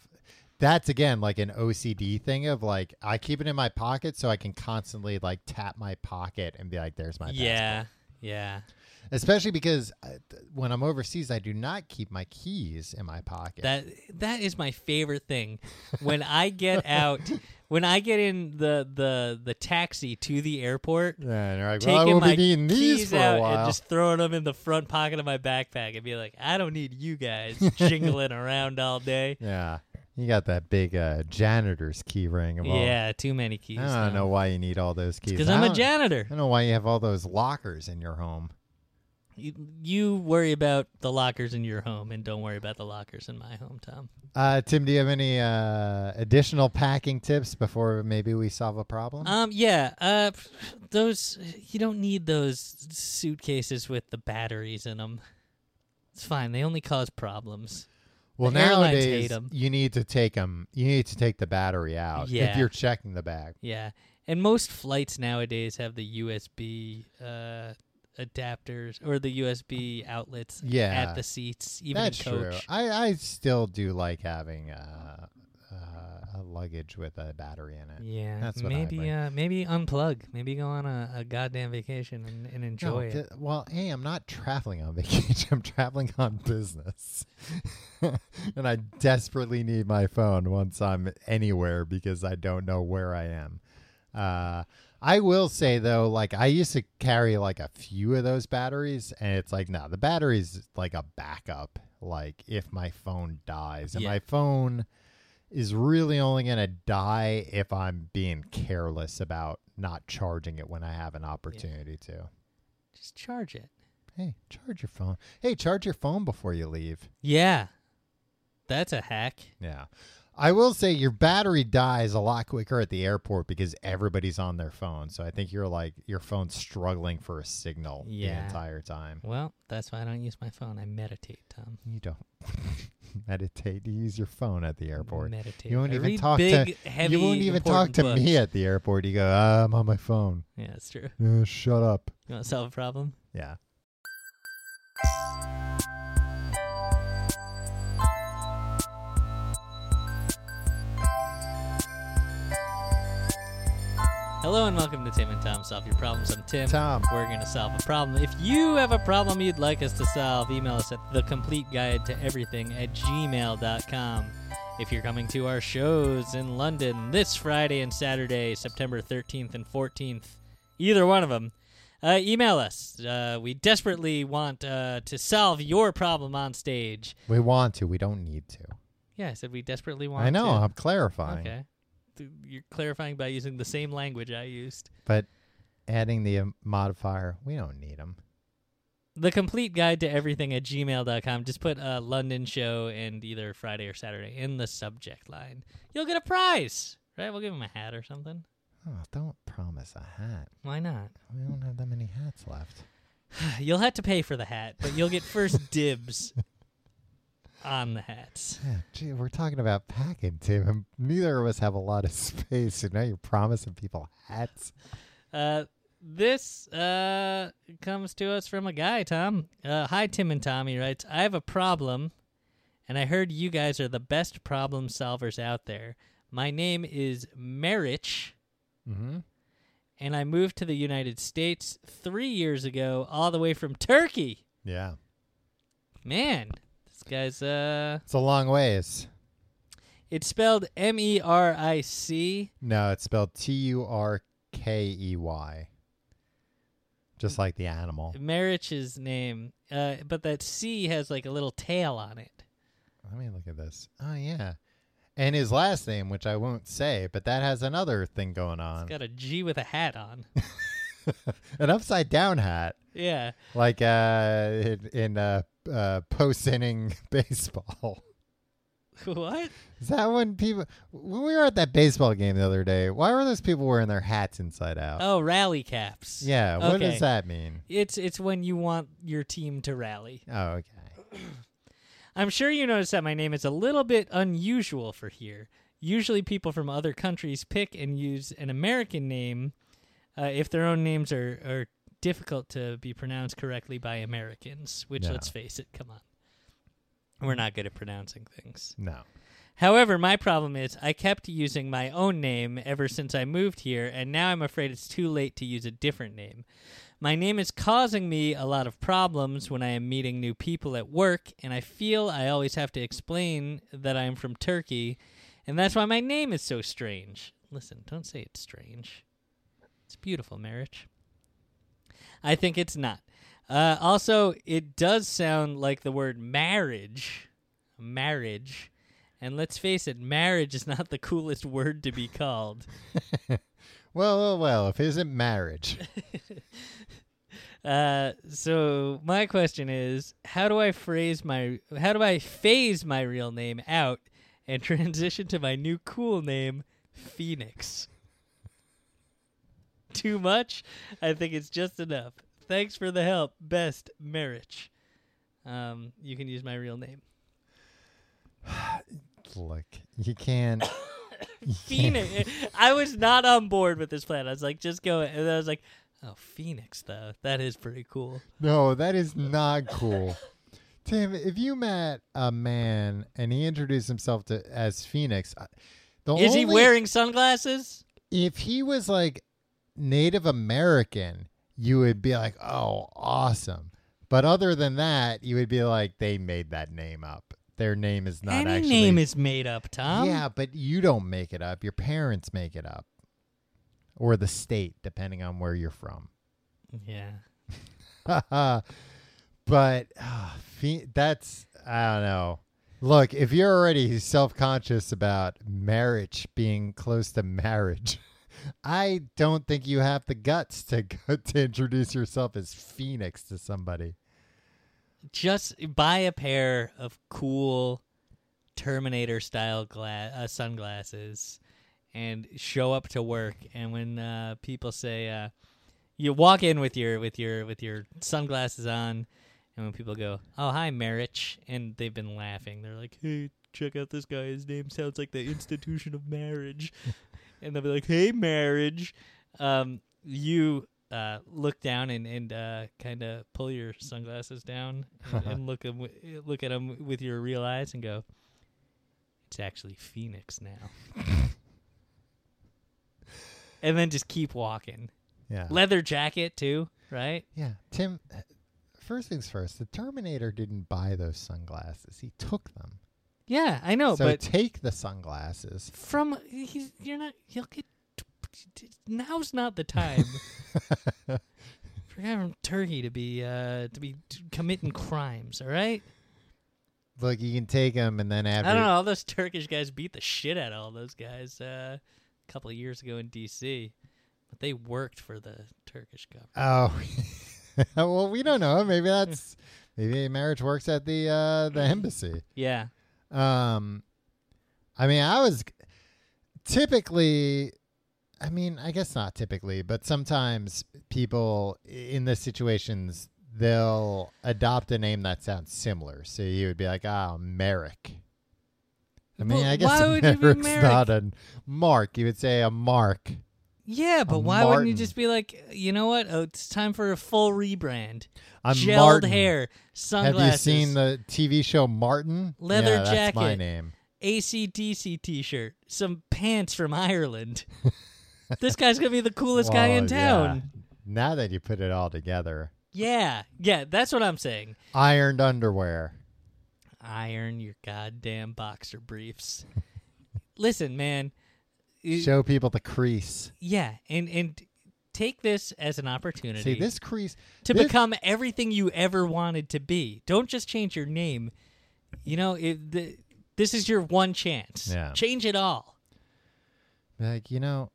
Speaker 2: That's again like an OCD thing of like I keep it in my pocket so I can constantly like tap my pocket and be like, "There's my
Speaker 1: yeah, yeah.
Speaker 2: passport." Especially because uh, th- when I'm overseas, I do not keep my keys in my pocket.
Speaker 1: That that is my favorite thing. When I get out, when I get in the the the taxi to the airport,
Speaker 2: yeah, and you're like,
Speaker 1: taking
Speaker 2: well, I won't
Speaker 1: my
Speaker 2: be needing these
Speaker 1: keys
Speaker 2: for
Speaker 1: out
Speaker 2: a while.
Speaker 1: and just throwing them in the front pocket of my backpack and be like, I don't need you guys jingling around all day.
Speaker 2: yeah, you got that big uh, janitor's key ring. Of all-
Speaker 1: Yeah, too many keys.
Speaker 2: I don't know why you need all those keys.
Speaker 1: because
Speaker 2: I
Speaker 1: I'm a
Speaker 2: don't- I
Speaker 1: janitor.
Speaker 2: don't know why you have all those lockers in your home.
Speaker 1: You, you worry about the lockers in your home, and don't worry about the lockers in my home, Tom.
Speaker 2: Uh, Tim, do you have any uh, additional packing tips before maybe we solve a problem?
Speaker 1: Um, yeah. Uh, those you don't need those suitcases with the batteries in them. It's fine. They only cause problems.
Speaker 2: well,
Speaker 1: the airlines
Speaker 2: nowadays
Speaker 1: hate 'em.
Speaker 2: you need to take 'em- You need to take the battery out if
Speaker 1: Yeah.
Speaker 2: you're checking the bag.
Speaker 1: Yeah, and most flights nowadays have the USB uh, adapters or the USB outlets
Speaker 2: Yeah.
Speaker 1: at the seats, even
Speaker 2: That's
Speaker 1: in
Speaker 2: true.
Speaker 1: coach.
Speaker 2: I, I still do like having uh, uh, a luggage with a battery in it.
Speaker 1: Yeah,
Speaker 2: That's what I
Speaker 1: maybe
Speaker 2: bring.
Speaker 1: uh, maybe unplug, maybe go on a, a goddamn vacation and, and
Speaker 2: No,
Speaker 1: enjoy it.
Speaker 2: th- well, hey, I'm not traveling on vacation. I'm traveling on business. and I desperately need my phone once I'm anywhere because I don't know where I am. Uh, I will say though, like I used to carry like a few of those batteries, and it's like, no, the battery's like a backup. Like if my phone dies, and
Speaker 1: Yeah.
Speaker 2: my phone is really only going to die if I'm being careless about not charging it when I have an opportunity to.
Speaker 1: Just charge it.
Speaker 2: Hey, charge your phone. Hey, charge your phone before you leave.
Speaker 1: Yeah, that's a hack.
Speaker 2: Yeah. I will say your battery dies a lot quicker at the airport because everybody's on their phone. So I think you're like your phone's struggling for a signal the
Speaker 1: Yeah.
Speaker 2: entire time.
Speaker 1: Well, that's why I don't use my phone. I meditate, Tom.
Speaker 2: You don't meditate. You use your phone at the airport.
Speaker 1: Meditate.
Speaker 2: You won't
Speaker 1: I
Speaker 2: even
Speaker 1: read
Speaker 2: talk
Speaker 1: big,
Speaker 2: to
Speaker 1: Heavy,
Speaker 2: you won't even talk
Speaker 1: important
Speaker 2: to
Speaker 1: books.
Speaker 2: me at the airport. You go, "Ah, I'm on my phone.
Speaker 1: Yeah, that's true.
Speaker 2: Uh, shut up.
Speaker 1: You want to solve a problem?
Speaker 2: Yeah.
Speaker 1: Hello and welcome to Tim and Tom Solve Your Problems. I'm Tim.
Speaker 2: Tom.
Speaker 1: We're going to solve a problem. If you have a problem you'd like us to solve, email us at thecompleteguide to everything at gmail.com. If you're coming to our shows in London this Friday and Saturday, September 13th and 14th, either one of them, uh, email us. Uh, we desperately want uh, to solve your problem on stage.
Speaker 2: We want to. We don't need to.
Speaker 1: Yeah, I said we desperately want
Speaker 2: I know.
Speaker 1: to.
Speaker 2: I'm clarifying.
Speaker 1: Okay. Th- You're clarifying by using the same language I used.
Speaker 2: But adding the um, modifier, we don't need them.
Speaker 1: The complete guide to everything at gmail.com. Just put a London show and either Friday or Saturday in the subject line. You'll get a prize, right? We'll give him a hat or something.
Speaker 2: Oh, don't promise a hat.
Speaker 1: Why not?
Speaker 2: We don't have that many hats left.
Speaker 1: You'll have to pay for the hat, but you'll get first dibs on the hats.
Speaker 2: Yeah, gee, we're talking about packing, Tim. And neither of us have a lot of space, so now you're promising people hats.
Speaker 1: Uh, this uh, comes to us from a guy, Tom. Uh, Hi, Tim and Tommy writes I have a problem, and I heard you guys are the best problem solvers out there. My name is Marich.
Speaker 2: Mm-hmm.
Speaker 1: and I moved to the United States three years ago, all the way from Turkey.
Speaker 2: Yeah.
Speaker 1: Man, this guy's uh,
Speaker 2: It's a long ways.
Speaker 1: it's spelled M E R I C.
Speaker 2: No, it's spelled T U R K E Y. Just like the animal.
Speaker 1: Merich's name, uh, but that C has like a little tail on it.
Speaker 2: Let me look at this. Oh yeah. And his last name, which I won't say, but that has another thing going on.
Speaker 1: It's got a G with a hat on.
Speaker 2: An upside down hat.
Speaker 1: yeah,
Speaker 2: Like uh in, in uh uh post inning baseball.
Speaker 1: what?
Speaker 2: Is that when people when we were at that baseball game the other day, why were those people wearing their hats inside out?
Speaker 1: Oh, rally caps.
Speaker 2: yeah, what
Speaker 1: okay.
Speaker 2: does that mean?
Speaker 1: It's it's when you want your team to rally.
Speaker 2: Oh, okay.
Speaker 1: I'm sure you noticed that my name is a little bit unusual for here. Usually, people from other countries pick and use an American name uh, if their own names are, are difficult to be pronounced correctly by Americans, which,
Speaker 2: Yeah.
Speaker 1: let's face it, come on. We're not good at pronouncing things.
Speaker 2: No.
Speaker 1: However, my problem is I kept using my own name ever since I moved here, and now I'm afraid it's too late to use a different name. My name is causing me a lot of problems when I am meeting new people at work, and I feel I always have to explain that I'm from Turkey, and that's why my name is so strange. Listen, don't say it's strange. It's beautiful, marriage. I think it's not. Uh, also, it does sound like the word marriage. Marriage. And let's face it, marriage is not the coolest word to be called.
Speaker 2: Well, well, well, if it isn't marriage.
Speaker 1: Uh, so my question is, how do I phrase my how do I phase my real name out and transition to my new cool name, Phoenix? Too much? I think it's just enough. Thanks for the help. Best marriage. Um, you can use my real name.
Speaker 2: Look, you can't
Speaker 1: Phoenix. I was not on board with this plan. I was like, just go. And then I was like, oh, Phoenix, though. That is pretty cool.
Speaker 2: No, that is not cool. Tim, if you met a man and he introduced himself to as Phoenix, I- the
Speaker 1: Is he
Speaker 2: only-
Speaker 1: wearing sunglasses?
Speaker 2: If he was like Native American, you would be like, "Oh, awesome." But other than that, you would be like, "They made that name up. Their name is not
Speaker 1: Any
Speaker 2: actually."
Speaker 1: name is made up, Tom.
Speaker 2: yeah, but you don't make it up. Your parents make it up, or the state, depending on where you're from.
Speaker 1: Yeah.
Speaker 2: but ah, Phe- that's I don't know. Look, if you're already self-conscious about marriage being close to marriage, I don't think you have the guts to go to introduce yourself as Phoenix to somebody.
Speaker 1: Just buy a pair of cool Terminator style gla- uh, sunglasses and show up to work. And when uh, people say, uh, you walk in with your with your with your sunglasses on, and when people go, "Oh, hi, marriage," and they've been laughing, they're like, "Hey, check out this guy. His name sounds like the institution of marriage," and they'll be like, "Hey, marriage." Um, you uh, look down and and uh, kind of pull your sunglasses down and, and look 'em w- look at them with your real eyes and go, "It's actually Phoenix now." And then just keep walking
Speaker 2: Yeah.
Speaker 1: leather jacket too, right?
Speaker 2: yeah. Tim, first things first, the Terminator didn't buy those sunglasses. He took them.
Speaker 1: Yeah, I know,
Speaker 2: so
Speaker 1: but
Speaker 2: take the sunglasses.
Speaker 1: from he's, you're not you'll get now's not the time for a guy from Turkey to be uh to be t- committing crimes. All right,
Speaker 2: Look, you can take them and then after
Speaker 1: I don't know. All those Turkish guys beat the shit out of all those guys uh, a couple of years ago in D.C. But they worked for the Turkish government.
Speaker 2: Oh, well, we don't know. Maybe that's maybe marriage works at the uh, the embassy.
Speaker 1: Yeah,
Speaker 2: Um, I mean, I was typically, I mean, I guess not typically, but sometimes people i- in the situations they'll adopt a name that sounds similar. So you would be like, ah, Merrick. I mean,
Speaker 1: Well,
Speaker 2: I guess
Speaker 1: why would you be
Speaker 2: Merrick's
Speaker 1: Merrick?
Speaker 2: not a Mark. You would say a Mark.
Speaker 1: yeah, but
Speaker 2: A
Speaker 1: why wouldn't you
Speaker 2: Martin.
Speaker 1: just be like, you know what? Oh, it's time for a full rebrand.
Speaker 2: I'm
Speaker 1: Gelled
Speaker 2: Martin.
Speaker 1: hair,
Speaker 2: Have
Speaker 1: sunglasses.
Speaker 2: you seen the TV show Martin?
Speaker 1: Leather
Speaker 2: yeah, That's my
Speaker 1: jacket.
Speaker 2: name.
Speaker 1: ACDC t shirt, some pants from Ireland. this guy's gonna be the coolest guy in
Speaker 2: Well, Oh, yeah.
Speaker 1: town.
Speaker 2: Now that you put it all together,
Speaker 1: Yeah. yeah, that's what I'm saying.
Speaker 2: ironed underwear.
Speaker 1: Iron your goddamn boxer briefs. Listen, man. y-
Speaker 2: Show people the crease.
Speaker 1: Yeah, and and take this as an opportunity.
Speaker 2: See this crease
Speaker 1: to
Speaker 2: this-
Speaker 1: become everything you ever wanted to be. Don't just change your name. You know, it, the, this is your one chance.
Speaker 2: Yeah.
Speaker 1: Change it all.
Speaker 2: Like you know,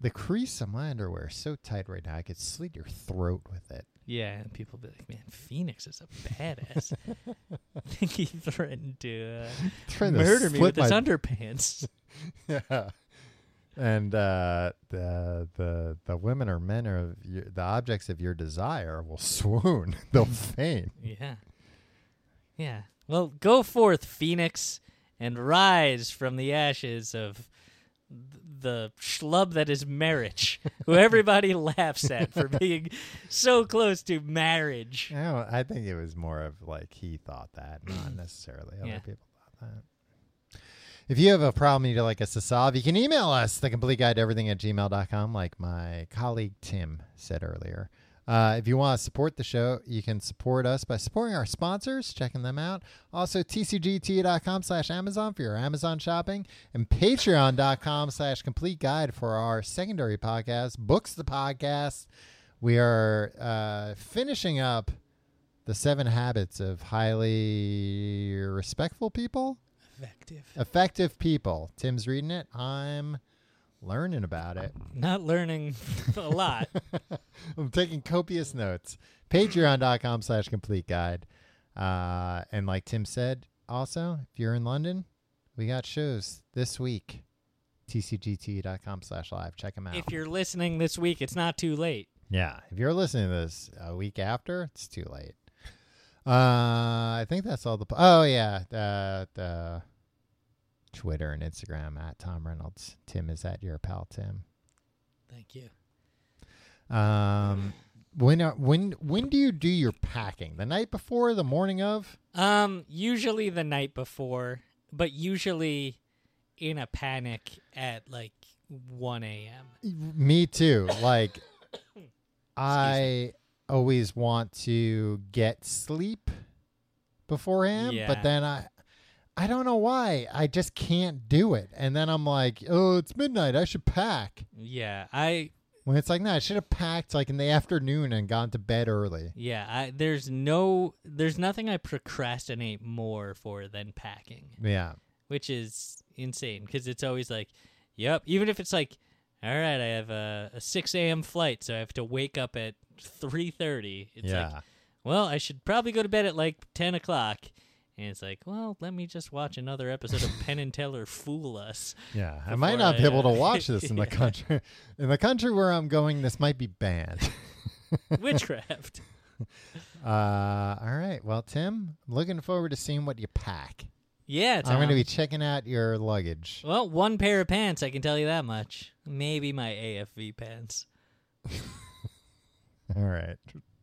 Speaker 2: the crease of my underwear is so tight right now. I could slit your throat with it.
Speaker 1: Yeah, and people be like, "Man, Phoenix is a badass." I think he threatened to uh,
Speaker 2: Trying to
Speaker 1: murder me
Speaker 2: slit
Speaker 1: with his
Speaker 2: my-
Speaker 1: underpants.
Speaker 2: Yeah. And uh, the the the women or men are of your, the objects of your desire will swoon. They'll faint.
Speaker 1: yeah, yeah. Well, go forth, Phoenix, and rise from the ashes of th- the schlub that is marriage, who everybody laughs at for being so close to marriage.
Speaker 2: You know, I think it was more of like he thought that, not necessarily other
Speaker 1: Yeah.
Speaker 2: people thought that. If you have a problem you need to like us to solve, you can email us, the complete guide to everything at gmail.com, like my colleague Tim said earlier. Uh, if you want to support the show, you can support us by supporting our sponsors, checking them out. Also, tcgt.com slash Amazon for your Amazon shopping and patreon.com slash complete guide for our secondary podcast, Books the Podcast. We are uh, finishing up the seven habits of highly respectful people,
Speaker 1: Effective.
Speaker 2: effective people. Tim's reading it. I'm learning about it.
Speaker 1: Not learning a lot.
Speaker 2: I'm taking copious notes. Patreon.com slash complete guide. Uh, and like Tim said, also, if you're in London, we got shows this week. TCGT.com slash live. Check them out.
Speaker 1: if you're listening this week, it's not too late.
Speaker 2: yeah. If you're listening to this a week after, it's too late. Uh, I think that's all the. Po- oh, yeah. The, the Twitter and Instagram at Tom Reynolds. Tim is at your pal, Tim.
Speaker 1: Thank you.
Speaker 2: Um, when are, when when do you do your packing? The night before, the morning of?
Speaker 1: Um, usually the night before, but usually in a panic at like 1 a.m.
Speaker 2: Me too. Like I always want to get sleep beforehand,
Speaker 1: Yeah.
Speaker 2: but then I I don't know why. I just can't do it. And then I'm like, "Oh, it's midnight. I should pack."
Speaker 1: Yeah, I
Speaker 2: When it's like, "No, I should have packed like in the afternoon and gone to bed early."
Speaker 1: yeah, I there's no there's nothing I procrastinate more for than packing,
Speaker 2: Yeah.
Speaker 1: which is insane because it's always like, yep, even if it's like, all right, I have a, a 6 a.m. flight, so I have to wake up at 3:30. It's
Speaker 2: yeah.
Speaker 1: like well, I should probably go to bed at like 10 o'clock. And it's like, well, let me just watch another episode of Penn and Teller fool us.
Speaker 2: Yeah, I might
Speaker 1: before
Speaker 2: not be
Speaker 1: I,
Speaker 2: able to
Speaker 1: uh,
Speaker 2: watch this in the country. In the country where I'm going, this might be banned.
Speaker 1: Witchcraft.
Speaker 2: Uh, all right. Well, Tim, looking forward to seeing what you pack.
Speaker 1: Yeah, Tom.
Speaker 2: I'm going to be checking out your luggage.
Speaker 1: Well, one pair of pants, I can tell you that much. Maybe my AFV pants.
Speaker 2: All right.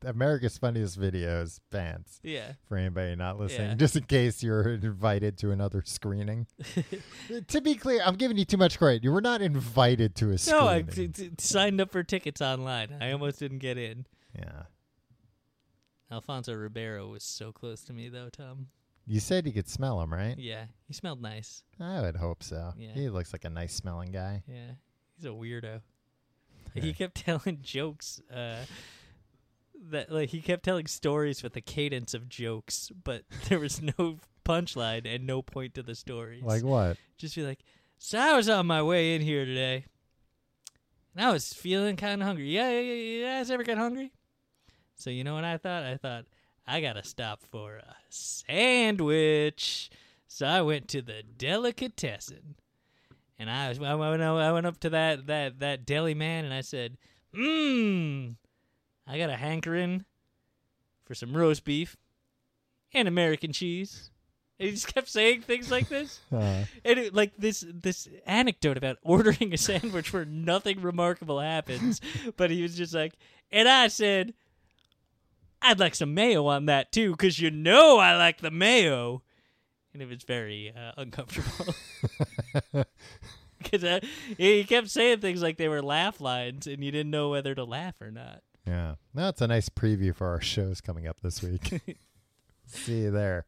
Speaker 2: America's Funniest Videos pants
Speaker 1: Yeah.
Speaker 2: for anybody not listening,
Speaker 1: Yeah.
Speaker 2: just in case you're invited to another screening. Uh, to be clear, I'm giving you too much credit. You were not invited to a screening.
Speaker 1: No, I t- t- signed up for tickets online. I almost didn't get in.
Speaker 2: yeah.
Speaker 1: Alfonso Ribeiro was so close to me, though, Tom.
Speaker 2: You said you could smell him, right?
Speaker 1: Yeah, he smelled nice.
Speaker 2: I would hope so.
Speaker 1: Yeah.
Speaker 2: He looks like a nice smelling guy.
Speaker 1: Yeah, he's a weirdo.
Speaker 2: Yeah.
Speaker 1: He kept telling jokes. Uh, that like he kept telling stories with the cadence of jokes, but there was no punchline and no point to the stories.
Speaker 2: Like what?
Speaker 1: Just be like, so I was on my way in here today, and I was feeling kind of hungry. Yeah, yeah, yeah, yeah. You guys ever get hungry? So you know what I thought? I thought I gotta stop for a sandwich. So I went to the delicatessen, and I was I went, I went up to that that that deli man, and I said, "Mmm, I got a hankering for some roast beef and American cheese." And he just kept saying things like this.
Speaker 2: Uh,
Speaker 1: And it, like this this anecdote about ordering a sandwich where nothing remarkable happens, but he was just like, and I said, I'd like some mayo on that too, because you know I like the mayo, and it was very uh, uncomfortable. because uh, you kept saying things like they were laugh lines, and you didn't know whether to laugh or not.
Speaker 2: Yeah. That's a nice preview for our shows coming up this week. See you there.